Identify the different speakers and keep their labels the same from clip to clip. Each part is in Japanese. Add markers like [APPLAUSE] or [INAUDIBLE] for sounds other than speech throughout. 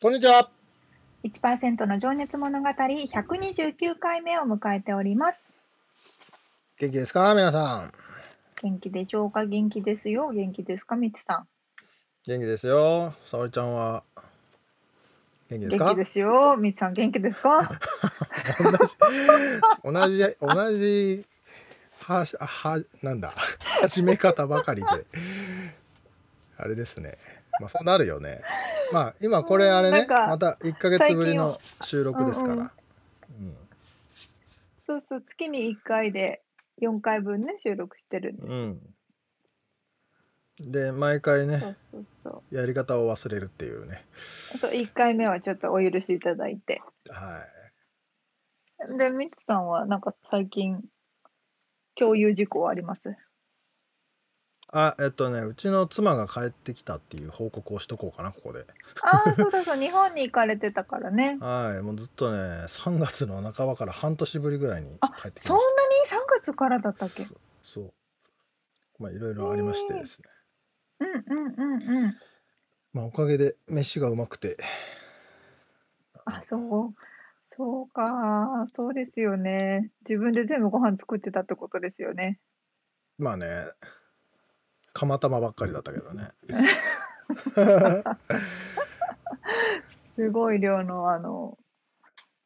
Speaker 1: こんにちは。
Speaker 2: 1%の情熱物語129回目を迎えております
Speaker 1: 元気ですか皆さん。
Speaker 2: 元気でしょうか元気ですよ元気ですかみつさ
Speaker 1: 元気ですよ。沙織ちゃんは。元気
Speaker 2: ん
Speaker 1: です
Speaker 2: 元気
Speaker 1: か
Speaker 2: ですよみつさん元気ですか
Speaker 1: [LAUGHS] 同じ、同じ、はし、は、なんだ、始め方ばかりで。あれですね。まあ、そうなるよね。まあ、今これあれ
Speaker 2: うん
Speaker 1: ね、
Speaker 2: なんか
Speaker 1: また1ヶ月ぶりの収録ですから。
Speaker 2: そうそう月に1回で4回分ね収録してるんで
Speaker 1: うん。うん。で、毎回
Speaker 2: そ
Speaker 1: ね、
Speaker 2: うそうそ
Speaker 1: やり方を忘れるっていうね。
Speaker 2: うそう1回目はちょっとお許しいただいて
Speaker 1: は
Speaker 2: でみつさんはなんか最近共有事項はあり
Speaker 1: [LAUGHS]
Speaker 2: ます
Speaker 1: い。あ、えっとね、うちの妻が帰ってきたっていう報告をしとこうかな、ここで。
Speaker 2: ああそうだそう日本に行かれてたからね
Speaker 1: はい、もうずっとね、3月の半ばから半年ぶりぐらいに帰ってきまし
Speaker 2: そんなに3月からだった
Speaker 1: た。
Speaker 2: っけ
Speaker 1: そそう。まあ、いろいろありましてですね。
Speaker 2: うんうんうんうん
Speaker 1: まあ、おかげで飯がうまくて、
Speaker 2: あそうそうかそうですよね自分で全部ご飯作ってたってことですよね
Speaker 1: まあね、釜玉ばっかりだったけ
Speaker 2: [LAUGHS]
Speaker 1: どね。
Speaker 2: すごい量のあの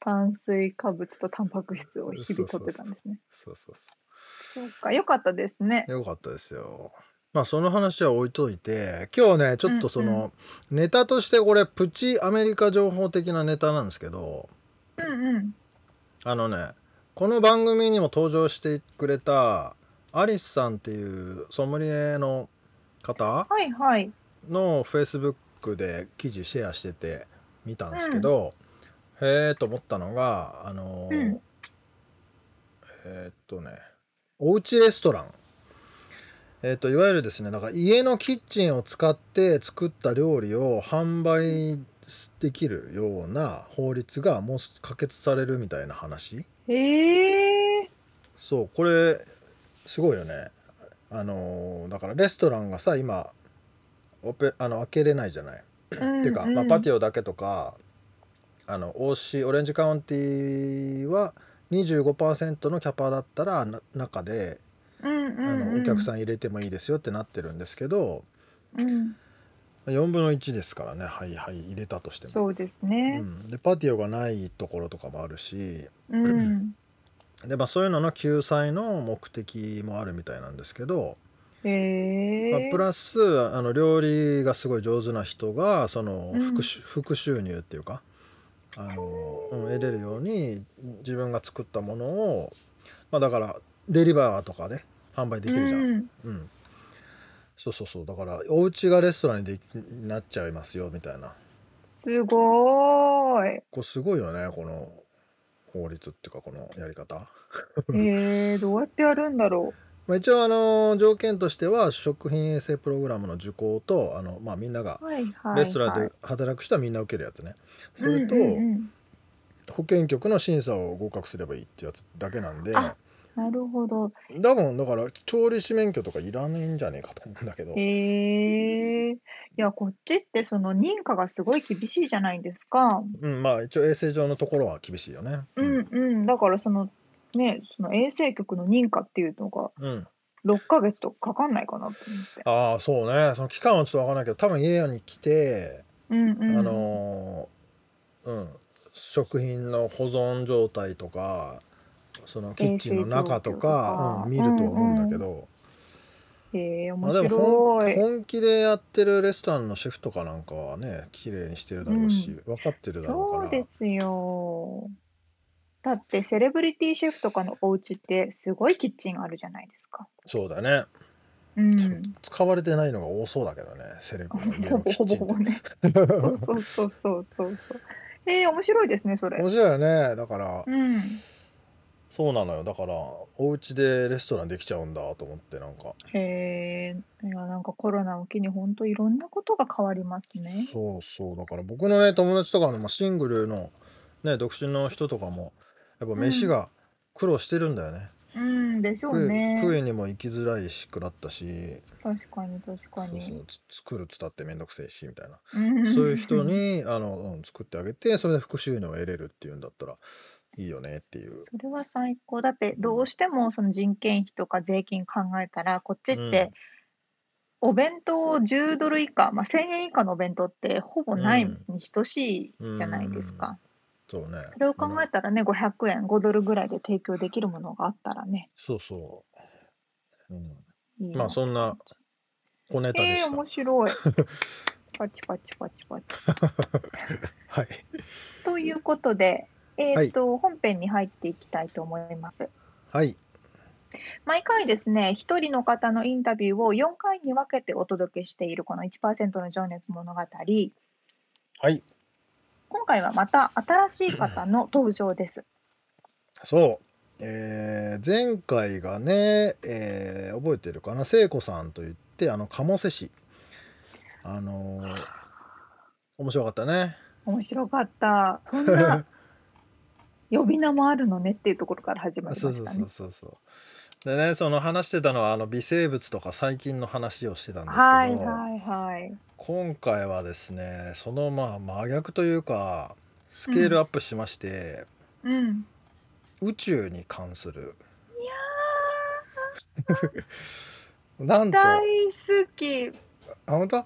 Speaker 2: 炭水化物とタンパク質を日々
Speaker 1: そ
Speaker 2: 取っ
Speaker 1: うそうそう
Speaker 2: てたんですね
Speaker 1: そうそうそ
Speaker 2: そうかよかったですね
Speaker 1: う。よかったですよ。まあ、その話は置いといて、今日ね、ちょっとその、
Speaker 2: うん
Speaker 1: ネタとして、これ、プチアメリカ情報的なネタなんですけど、
Speaker 2: うんうん
Speaker 1: あのね、この番組にも登場してくれたアリスさんっていうソムリエの方
Speaker 2: はいはい
Speaker 1: のフェイスブックで記事シェアしてて見たんですけど、へえと思ったのが、あのー
Speaker 2: うん
Speaker 1: えーっとね、おうちレストラン。えーっといわゆるですね、だから家のキッチンを使って作った料理を販売できるような法律がもう可決されるみたいな話。
Speaker 2: へえ
Speaker 1: そうこれすごいよねあのーだからレストランがさ今オペあの開けれないじゃない、
Speaker 2: ー、
Speaker 1: っていうか、まあ、パティオだけとかあの OC オレンジカウンティは25%のキャパだったらな中で
Speaker 2: オ、うんうん
Speaker 1: あ
Speaker 2: うん
Speaker 1: のお客さ
Speaker 2: ん、
Speaker 1: ん入れてもいいですよってなってるんですけど
Speaker 2: うん、
Speaker 1: 4分の1ですからねはいはい入れたとしても、
Speaker 2: そうです
Speaker 1: う
Speaker 2: ね
Speaker 1: ん、でパティオがないところとかもあるし
Speaker 2: うん、
Speaker 1: で、まあ、そういうのの救済の目的もあるみたいなんですけど、
Speaker 2: へえ、
Speaker 1: まあ、プラスあの料理がすごい上手な人がその
Speaker 2: うん
Speaker 1: 副,、副収入っていうかあの、うん得れるように自分が作ったものを、まあ、だからデリバーとかで販売できるじゃん、
Speaker 2: うん、
Speaker 1: うんそうそうそうだからお家がレストランにできなっちゃいますよみたいな
Speaker 2: すごーい
Speaker 1: これすごいよねこの法律っていうかこのやり方、
Speaker 2: へえどうやってやるんだろ
Speaker 1: まあ、一応あの条件としては食品衛生プログラムの受講とあの、まあ、みんなが
Speaker 2: うはいはい、はい、
Speaker 1: レストランで働く人はみんな受けるやつね。それと、
Speaker 2: うんうんうん
Speaker 1: 保健局の審査を合格すればいいってやつだけなんで、
Speaker 2: あ
Speaker 1: だ
Speaker 2: なるほど
Speaker 1: もんだから調理師免許とかいらねえんじゃねえかと思うんだけど、
Speaker 2: へえいやこっちってその認可がすごい厳しいじゃないですか
Speaker 1: うん、まあ一応衛生上のところは厳しいよね。
Speaker 2: うんうんだからそのねその衛生局の認可っていうのが
Speaker 1: うん、
Speaker 2: 6ヶ月とかかかんないかなと思って
Speaker 1: ああそうねその期間はちょっとわからないけど多分家に来て、
Speaker 2: うんうん
Speaker 1: あのーうん食品の保存状態とかそのキッチンの中とか、
Speaker 3: 衛生状況
Speaker 1: うん、
Speaker 3: とか
Speaker 1: 見るとは思うんだけど、
Speaker 3: えー、
Speaker 1: ま
Speaker 3: 面
Speaker 1: あ、でも
Speaker 3: 白
Speaker 1: 本
Speaker 3: い。
Speaker 1: 本気でやってるレストランのシェフとかなんかはね綺麗にしてるだろうし、分かってるだろう
Speaker 3: そ
Speaker 1: から
Speaker 3: うですよ。だってセレブリティシェフとかのお家ってすごいキッチンあるじゃないですか。
Speaker 1: そうだね
Speaker 3: うん。
Speaker 1: 使われてないのが多そうだけどねセレブの家の
Speaker 3: ほ [LAUGHS] ぼ
Speaker 1: キッ
Speaker 3: ほぼ
Speaker 1: チン
Speaker 3: ほ
Speaker 1: って [LAUGHS]
Speaker 3: ぼね。そうそうそうそうそうそう。えー、面白いですね、それ
Speaker 1: 面。白いよねだから
Speaker 3: うん。
Speaker 1: そうなのよだからお家でレストランできちゃうんだと思ってなんか
Speaker 3: えー、いや、なんかコロナを機に本当いろんなことが変わりますね。
Speaker 1: そうそうだから僕のね友達とかの、まあ、シングルのね独身の人とかもやっぱ飯が苦労してるんだよね、
Speaker 3: うんでしょう
Speaker 1: 食い食
Speaker 3: ね。
Speaker 1: いにも行きづらいしくなったし
Speaker 3: 確かに確か
Speaker 1: そうそ
Speaker 3: に。
Speaker 1: うつ作るっつったって面倒くせえしみたいな
Speaker 3: うん
Speaker 1: そういう人にあの、うん、作ってあげてそれで副収入を得れるっていうんだったらいいよねっていう
Speaker 3: それは最高だってどうしてもその人件費とか税金考えたらこっちっ
Speaker 1: うん
Speaker 3: てお弁当を10ドル以下、まあ、1000円以下のお弁当ってほぼない
Speaker 1: うん
Speaker 3: に等しいじゃないですか、
Speaker 1: そうね
Speaker 3: それを考えたらね500円5ドルぐらいで提供できるものがあったらね
Speaker 1: そうそう、うん、
Speaker 3: いいな
Speaker 1: まあそんな小ネタでし
Speaker 3: えー、
Speaker 1: た、
Speaker 3: 面
Speaker 1: [LAUGHS]
Speaker 3: 白いパチパチパチパチ
Speaker 1: はい
Speaker 3: ということでえ
Speaker 1: は
Speaker 3: ー、
Speaker 1: い
Speaker 3: と本編に入っていきたいと思います
Speaker 1: はい
Speaker 3: 毎回ですね、一人の方のインタビューを4回に分けてお届けしているこの1%の情熱物語。
Speaker 1: はい
Speaker 3: 今回はまた新しい方の登場です。
Speaker 1: そうえー前回がね、えー覚えてるかな聖子さんといってあの鴨瀬市あのー面白かったね
Speaker 3: 面白かった。そ
Speaker 1: [LAUGHS]
Speaker 3: んな呼び名もあるのねっていうところから始まり
Speaker 1: そ
Speaker 3: ま
Speaker 1: う
Speaker 3: し
Speaker 1: そう
Speaker 3: た
Speaker 1: そ
Speaker 3: ね
Speaker 1: う。そうそうでねその話してたのはあの微生物とか細菌の話をしてたんですけど、
Speaker 3: はいはいはい。
Speaker 1: 今回はですねそのまあ真逆というかスケールアップしまして、
Speaker 3: うん。
Speaker 1: 宇宙に関するなんと
Speaker 3: 大
Speaker 1: あ
Speaker 3: 好き。
Speaker 1: 本当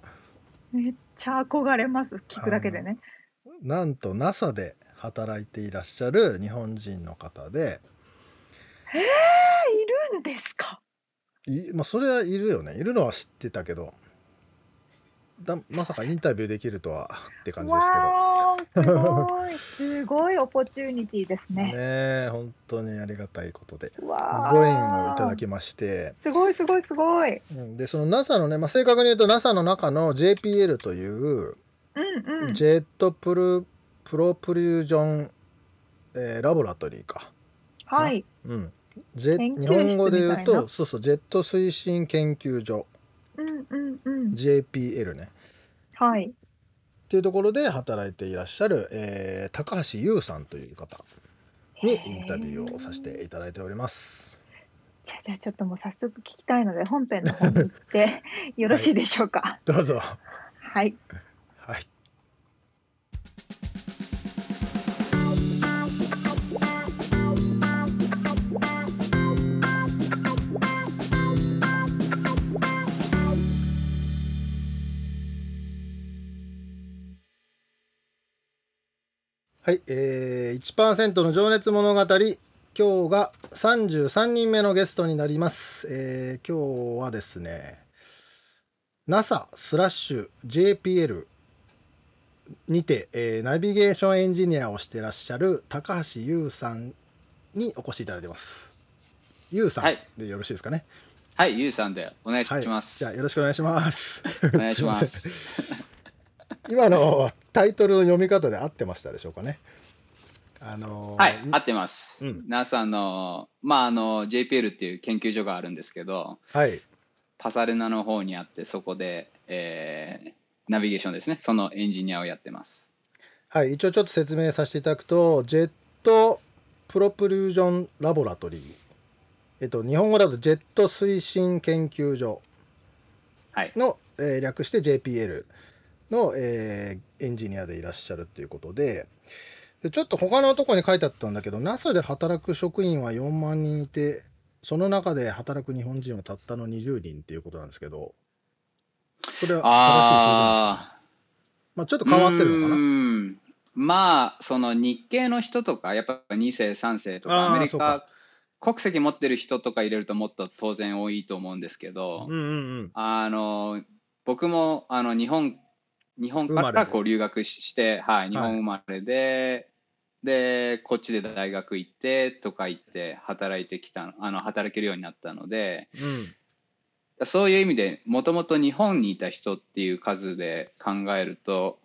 Speaker 3: めっちゃ憧れます。聞くだけでね。
Speaker 1: なんと NASA で働いていらっしゃる日本人の方で
Speaker 3: いるんですか
Speaker 1: いまあそれはいるよねいるのは知ってたけどだまさかインタビューできるとはって感じですけど
Speaker 3: わー、す
Speaker 1: [LAUGHS]
Speaker 3: ごい。すごいオポチュニティです
Speaker 1: ね
Speaker 3: ね。
Speaker 1: え本当にありがたいことで
Speaker 3: わー
Speaker 1: ご縁をいただきまして
Speaker 3: すごいすごいすごい。
Speaker 1: うんでその NASA のね、まあ、正確に言うと NASA の中の JPL という
Speaker 3: うんうん。
Speaker 1: ジェットプル、プロプリュージョン、えーラボラトリーか、
Speaker 3: はい。
Speaker 1: うんジェ
Speaker 3: 研究室
Speaker 1: 日本語で言う
Speaker 3: みたい
Speaker 1: と
Speaker 3: な
Speaker 1: そうそうジェット推進研究所
Speaker 3: うんうんうん。
Speaker 1: JPL ね
Speaker 3: はい。
Speaker 1: っていうところで働いていらっしゃる、えー高橋優さんという方にインタビューをさせていただいております。
Speaker 3: じゃあじゃあちょっともう早速聞きたいので本編の方に行って
Speaker 1: [LAUGHS]
Speaker 3: よろしいでしょうか。
Speaker 1: どうぞは
Speaker 3: はい。
Speaker 1: いはい、えー、1%の情熱物語、今日が33人目のゲストになります。えー、今日はですね、NASA スラッシュ JPL にて、えーナビゲーションエンジニアをしてらっしゃる高橋優さんにお越しいただいてます。優さん
Speaker 4: はい
Speaker 1: でよろしいですかね。
Speaker 4: はい、ゆうさんでお願いします。
Speaker 1: じゃあよろしくお願いします。
Speaker 4: お願いしま
Speaker 1: すい
Speaker 4: す。
Speaker 1: ません。 [LAUGHS] 今のタイトルの読み方で合ってましたでしょうかね。あのー
Speaker 4: はい、合ってます。
Speaker 1: うん
Speaker 4: NASA の、まあ、あの JPL っていう研究所があるんですけど、
Speaker 1: はい。
Speaker 4: パサレナの方にあって、そこで、えーナビゲーションですね、そのエンジニアをやってます。
Speaker 1: はい、一応ちょっと説明させていただくと、ジェットプロプリュージョンラボラトリー。えっと、日本語だとジェット推進研究所
Speaker 4: はい、
Speaker 1: の、えー略して JPL の、えーエンジニアでいらっしゃるということで、でちょっと他のとこに書いてあったんだけど、NASA で働く職員は4万人いて、その中で働く日本人はたったの20人っていうことなんですけど、それは正しい数字なんですか、
Speaker 4: あ
Speaker 1: まあ、ちょっと
Speaker 4: あ、
Speaker 1: 変わってるの
Speaker 4: う
Speaker 1: かな
Speaker 4: ーんまあ、その日系の人とか、やっぱ2世、3世と
Speaker 1: あ
Speaker 4: か、
Speaker 1: ー
Speaker 4: アメリ
Speaker 1: そうか
Speaker 4: カ国籍持ってる人とか入れるともっと当然多いと思うんですけど、
Speaker 1: うんうんうん。
Speaker 4: あの僕もあの日本日本
Speaker 1: 生
Speaker 4: か
Speaker 1: まれ
Speaker 4: ら
Speaker 1: で
Speaker 4: こう留学しして、はい、日本生まれで、でこっちで大学行ってとか行って働いてきたあの働けるようになったので
Speaker 1: うん。
Speaker 4: そういう意味でもともと日本にいた人っていう数で考えると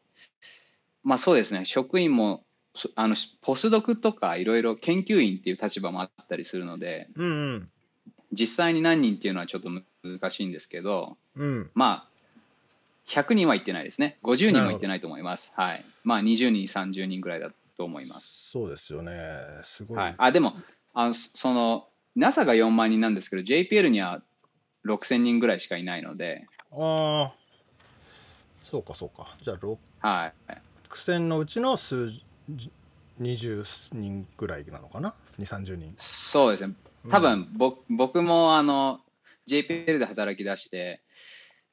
Speaker 4: まあそうですね職員もそあのポスドクとかいろいろ研究員っていう立場もあったりするので
Speaker 1: うんうん。
Speaker 4: 実際に何人っていうのはちょっと難しいんですけど。
Speaker 1: うん。
Speaker 4: まあ、100人は行ってないですね。50人も行ってないと思います。はい。まあ、20人、30人ぐらいだと思います。
Speaker 1: そうですよね。すごい。
Speaker 4: はい。あ、でも、あのその、NASA が4万人なんですけど、JPL には6000人ぐらいしかいないので、
Speaker 1: ああ。そうかそうか。じゃあ
Speaker 4: はい。
Speaker 1: 6000のうちの数字20人ぐらいなのかな ?2、30人。
Speaker 4: そうですね。多分、ぼ僕も、あの、JPL で働き出して、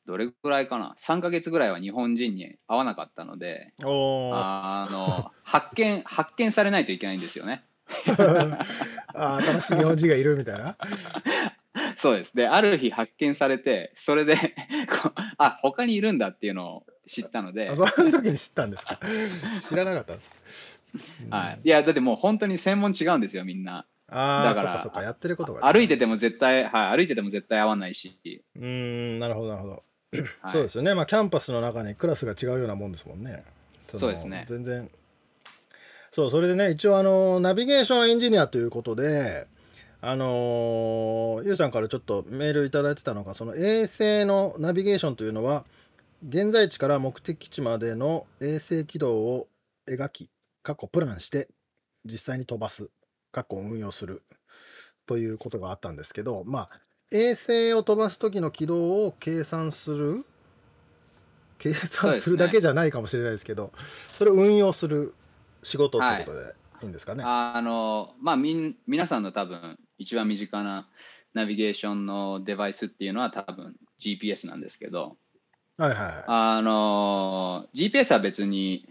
Speaker 4: どれぐらいかな ?3 ヶ月ぐらいは日本人に会わなかったので、
Speaker 1: うん。おー
Speaker 4: あの、発見、発見されないといけないんですよね。
Speaker 1: あー新しい日本人がいるみたい
Speaker 4: [LAUGHS]
Speaker 1: な。
Speaker 4: そうです。で、ある日発見されて、それで、 [LAUGHS] こうあ、他にいるんだっていうのを知ったので
Speaker 1: あ、その時に知ったんですか。
Speaker 4: [LAUGHS]
Speaker 1: 知らなかったんです。
Speaker 4: はい、いや、だってもう本当に専門違うんですよ、みんな。
Speaker 1: ああ、
Speaker 4: だから
Speaker 1: そうかそうか、やってることが。
Speaker 4: 歩いてても絶対、はい、歩いてても絶対合わないし、
Speaker 1: うーん、なるほど、なるほど。
Speaker 4: はい、
Speaker 1: そうですよね。まあ、キャンパスの中にクラスが違うようなもんですもんね。の
Speaker 4: そうですね
Speaker 1: 全然。そう、それでね、一応、あの、ナビゲーションエンジニアということで、あのーゆうさんからちょっとメールいただいてたのが、その衛星のナビゲーションというのは、現在地から目的地までの衛星軌道を描き、過去プランして、実際に飛ばす、過去運用するということがあったんですけど、まあ、衛星を飛ばす時の軌道を計算する、計算するだけじゃないかもしれないですけど、それを運用する仕事ということでいいんですかね。
Speaker 4: あの、まあ、みん、皆さんの多分、一番身近なナビゲーションのデバイスっていうのは多分 GPS なんですけど、
Speaker 1: はいはいはい。
Speaker 4: あの GPS は別に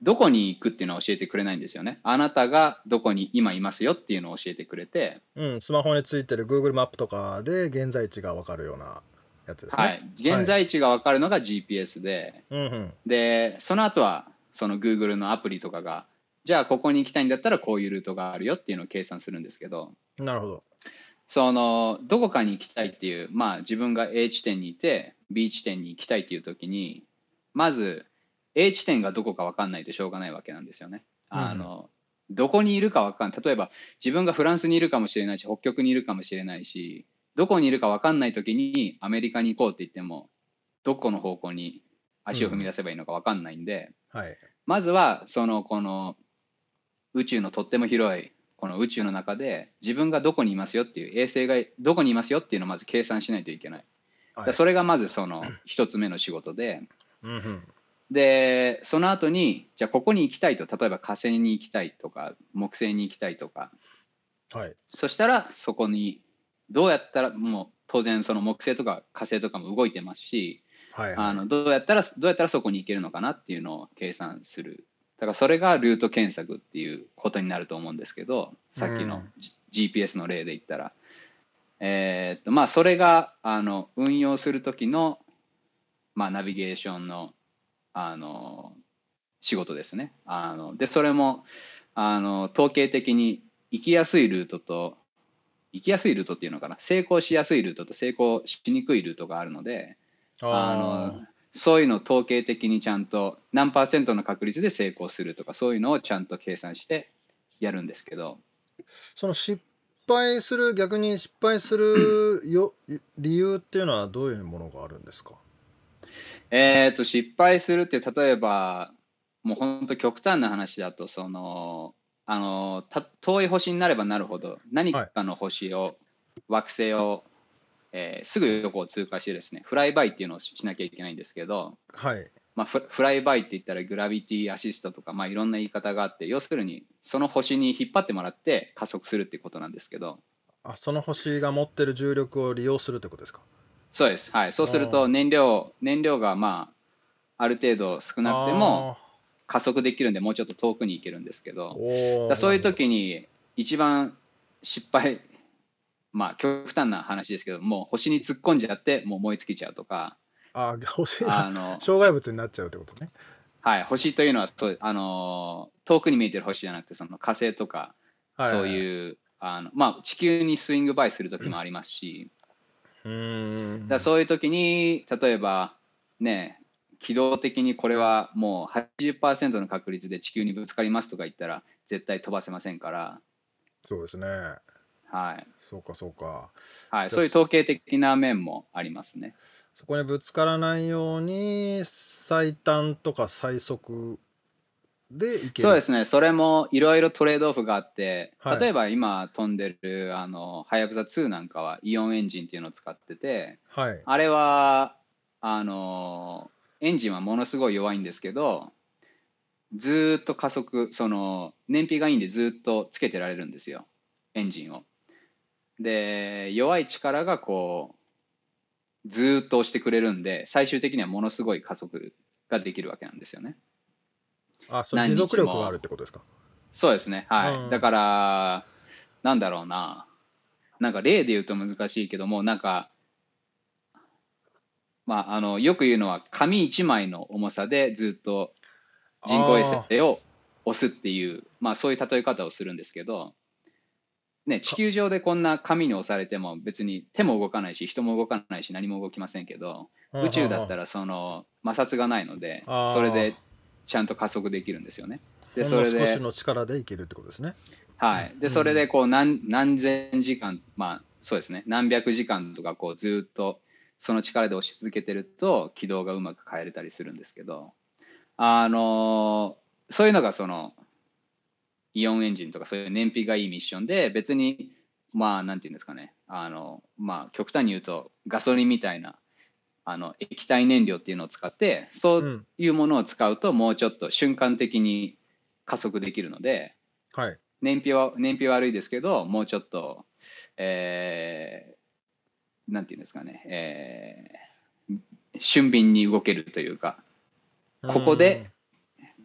Speaker 4: どこに行くっていうのは教えてくれないんですよね。あなたがどこに今いますよっていうのを教えてくれて、
Speaker 1: うん、スマホについてる Google マップとかで現在地が分かるようなやつですね。
Speaker 4: はい、現在地が分かるのが GPS で、
Speaker 1: うんうん、
Speaker 4: でその後はその Google のアプリとかがじゃあここに行きたいんだったらこういうルートがあるよっていうのを計算するんですけど
Speaker 1: なるほど。
Speaker 4: そのどこかに行きたいっていうまあ自分が A 地点にいて B 地点に行きたいっていう時にまず A 地点がどこか分かんないとしょうがないわけなんですよね。あのどこにいるか分かん例えば自分がフランスにいるかもしれないし北極にいるかもしれないしどこにいるか分かんない時にアメリカに行こうって言ってもどこの方向に足を踏み出せばいいのか分かんないんで、
Speaker 1: はい。
Speaker 4: まずはそのこの宇宙のとっても広いこの宇宙の中で自分がどこにいますよっていう衛星がどこにいますよっていうのをまず計算しないといけない、だから
Speaker 1: はい
Speaker 4: それがまずその一つ目の仕事で
Speaker 1: うんうん
Speaker 4: でその後にじゃあここに行きたいと例えば火星に行きたいとか木星に行きたいとか
Speaker 1: はい、
Speaker 4: そしたらそこにどうやったらもう当然その木星とか火星とかも動いてますし
Speaker 1: はい
Speaker 4: あ
Speaker 1: はい。
Speaker 4: のどうやったらどうやったらそこに行けるのかなっていうのを計算するだからそれがルート検索っていうことになると思うんですけどさっき
Speaker 1: う
Speaker 4: の
Speaker 1: ん
Speaker 4: G- GPS の例で言ったら、えーっとまあそれがあの運用する時の、まあ、ナビゲーションのあの仕事ですねあのでそれもあの統計的に行きやすいルートと行きやすいルートっていうのかな成功しやすいルートと成功しにくいルートがあるので、あのそういうのを統計的にちゃんと何パーセントの確率で成功するとかそういうのをちゃんと計算してやるんですけど
Speaker 1: その失敗する、逆に失敗するよ理由っていうのはどういうものがあるんですか
Speaker 4: えー、と失敗するって例えばもう本当極端な話だとそのあのた遠い星になればなるほど何かの星を、惑星を、えーすぐ横を通過してですねフライバイっていうのをししなきゃいけないんですけど、
Speaker 1: はい。
Speaker 4: まあ、フラフライバイって言ったらグラビティアシストとか、まあ、いろんな言い方があって要するにその星に引っ張ってもらって加速するってことなんですけど
Speaker 1: あその星が持ってる重力を利用するってことですか
Speaker 4: そうです、はい、そうする
Speaker 1: あー
Speaker 4: と燃料燃料がまあある程度少なくても加速できるんでもうちょっと遠くに行けるんですけ
Speaker 1: あー
Speaker 4: ど
Speaker 1: お
Speaker 4: だ
Speaker 1: ー
Speaker 4: からそういう時に一番失敗 [LAUGHS] まあ極端な話ですけどもう星に突っ込んじゃってもう燃え尽きちゃう
Speaker 1: [LAUGHS]
Speaker 4: とか
Speaker 1: あ欲しいな
Speaker 4: あの、
Speaker 1: 障害物になっちゃうってことね
Speaker 4: はい、星というのはそうあの遠くに見えてる星じゃなくてその火星とか
Speaker 1: は
Speaker 4: そう
Speaker 1: う
Speaker 4: いうあの、まあ、地球にスイングバイする時もありますし、
Speaker 1: うーん
Speaker 4: だからそういう時に例えばね機動的にこれはもう80%の確率で地球にぶつかりますとか言ったら絶対飛ばせませんから、
Speaker 1: そうですね
Speaker 4: はい
Speaker 1: そうかそうか
Speaker 4: はい、そういう統計的な面もありますね。
Speaker 1: そこにぶつからないように最短とか最速でいける
Speaker 4: そうですねそれもいろいろトレードオフがあって、
Speaker 1: はい
Speaker 4: 例えば今飛んでるあのはやぶさ2なんかはイオンエンジンっていうのを使ってて
Speaker 1: はい
Speaker 4: あれはあのエンジンはものすごい弱いんですけどずーっと加速その燃費がいいんでずーっとつけてられるんですよエンジンを。で弱い力がこうずーっと押してくれるんで最終的にはものすごい加速ができるわけなんですよね。
Speaker 1: あそれ
Speaker 4: 何日
Speaker 1: 持
Speaker 4: も
Speaker 1: 続力があるってことですか
Speaker 4: そうですね、はい。
Speaker 1: うん
Speaker 4: だから、なんだろうな、なんか例で言うと難しいけども、なんか、まあ、あのよく言うのは、紙1枚の重さでずっと人工衛
Speaker 1: あ
Speaker 4: 星を押すっていう、まあ、そういう例え方をするんですけど、ね、地球上でこんな紙に押されても、別に手も動かないし、人も動かないし、何も動きませんけど、
Speaker 1: ー
Speaker 4: 宇宙だった
Speaker 1: ら
Speaker 4: らその摩擦がないので、
Speaker 1: あー
Speaker 4: それでちゃんと加速できるんですよね。で
Speaker 1: ほん
Speaker 4: そ
Speaker 1: の
Speaker 4: れ
Speaker 1: 少
Speaker 4: で
Speaker 1: しの力でいけるってことですね
Speaker 4: はい、
Speaker 1: うん
Speaker 4: でそれでこう何何千時間、まあそうですね、何百時間とかこうずーっとその力で押し続けてると軌道がうまく変えれたりするんですけど、あのーそういうのがそのイオンエンジンとかそういう燃費がいいミッションで別にまあなんていうんですかねあの、まあ、極端に言うとガソリンみたいなあの液体燃料っていうのを使ってそううんいうものを使うともうちょっと瞬間的に加速できるので。
Speaker 1: はい
Speaker 4: 燃費は燃費は悪いですけどもうちょっと、えーなんていうんですかね、えー俊敏に動けるというかここで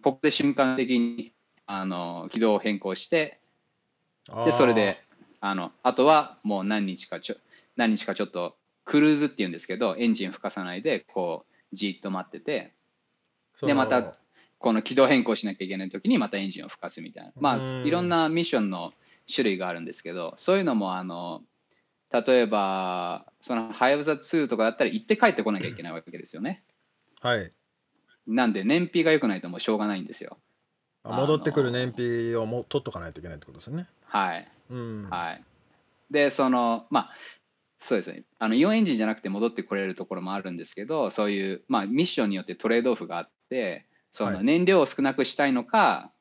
Speaker 4: ここで瞬間的にあの軌道を変更して
Speaker 1: うん
Speaker 4: でそれであのあとはもう何日かちょ何日かちょっとクルーズっていうんですけどエンジン吹かさないでこうじっと待ってて
Speaker 1: あー
Speaker 4: で
Speaker 1: その
Speaker 4: またこの軌道変更しなきゃいけない時にまたエンジンを吹かすみたいなま
Speaker 1: うん
Speaker 4: あいろんなミッションの種類があるんですけどそういうのもあの例えばその「はやぶさ2」とかだったら行って帰ってこなきゃいけないわけですよね
Speaker 1: はい
Speaker 4: なんで燃費が良くないともうしょうがないんですよ
Speaker 1: あ戻ってくる燃費をも取っとかないといけないってことですね
Speaker 4: はい
Speaker 1: うん
Speaker 4: はいでそのまあそうですねあのイオンエンジンじゃなくて戻ってこれるところもあるんですけどそういう、まあ、ミッションによってトレードオフがあってそ
Speaker 1: は
Speaker 4: の
Speaker 1: い
Speaker 4: 燃料を少なくしたいのか、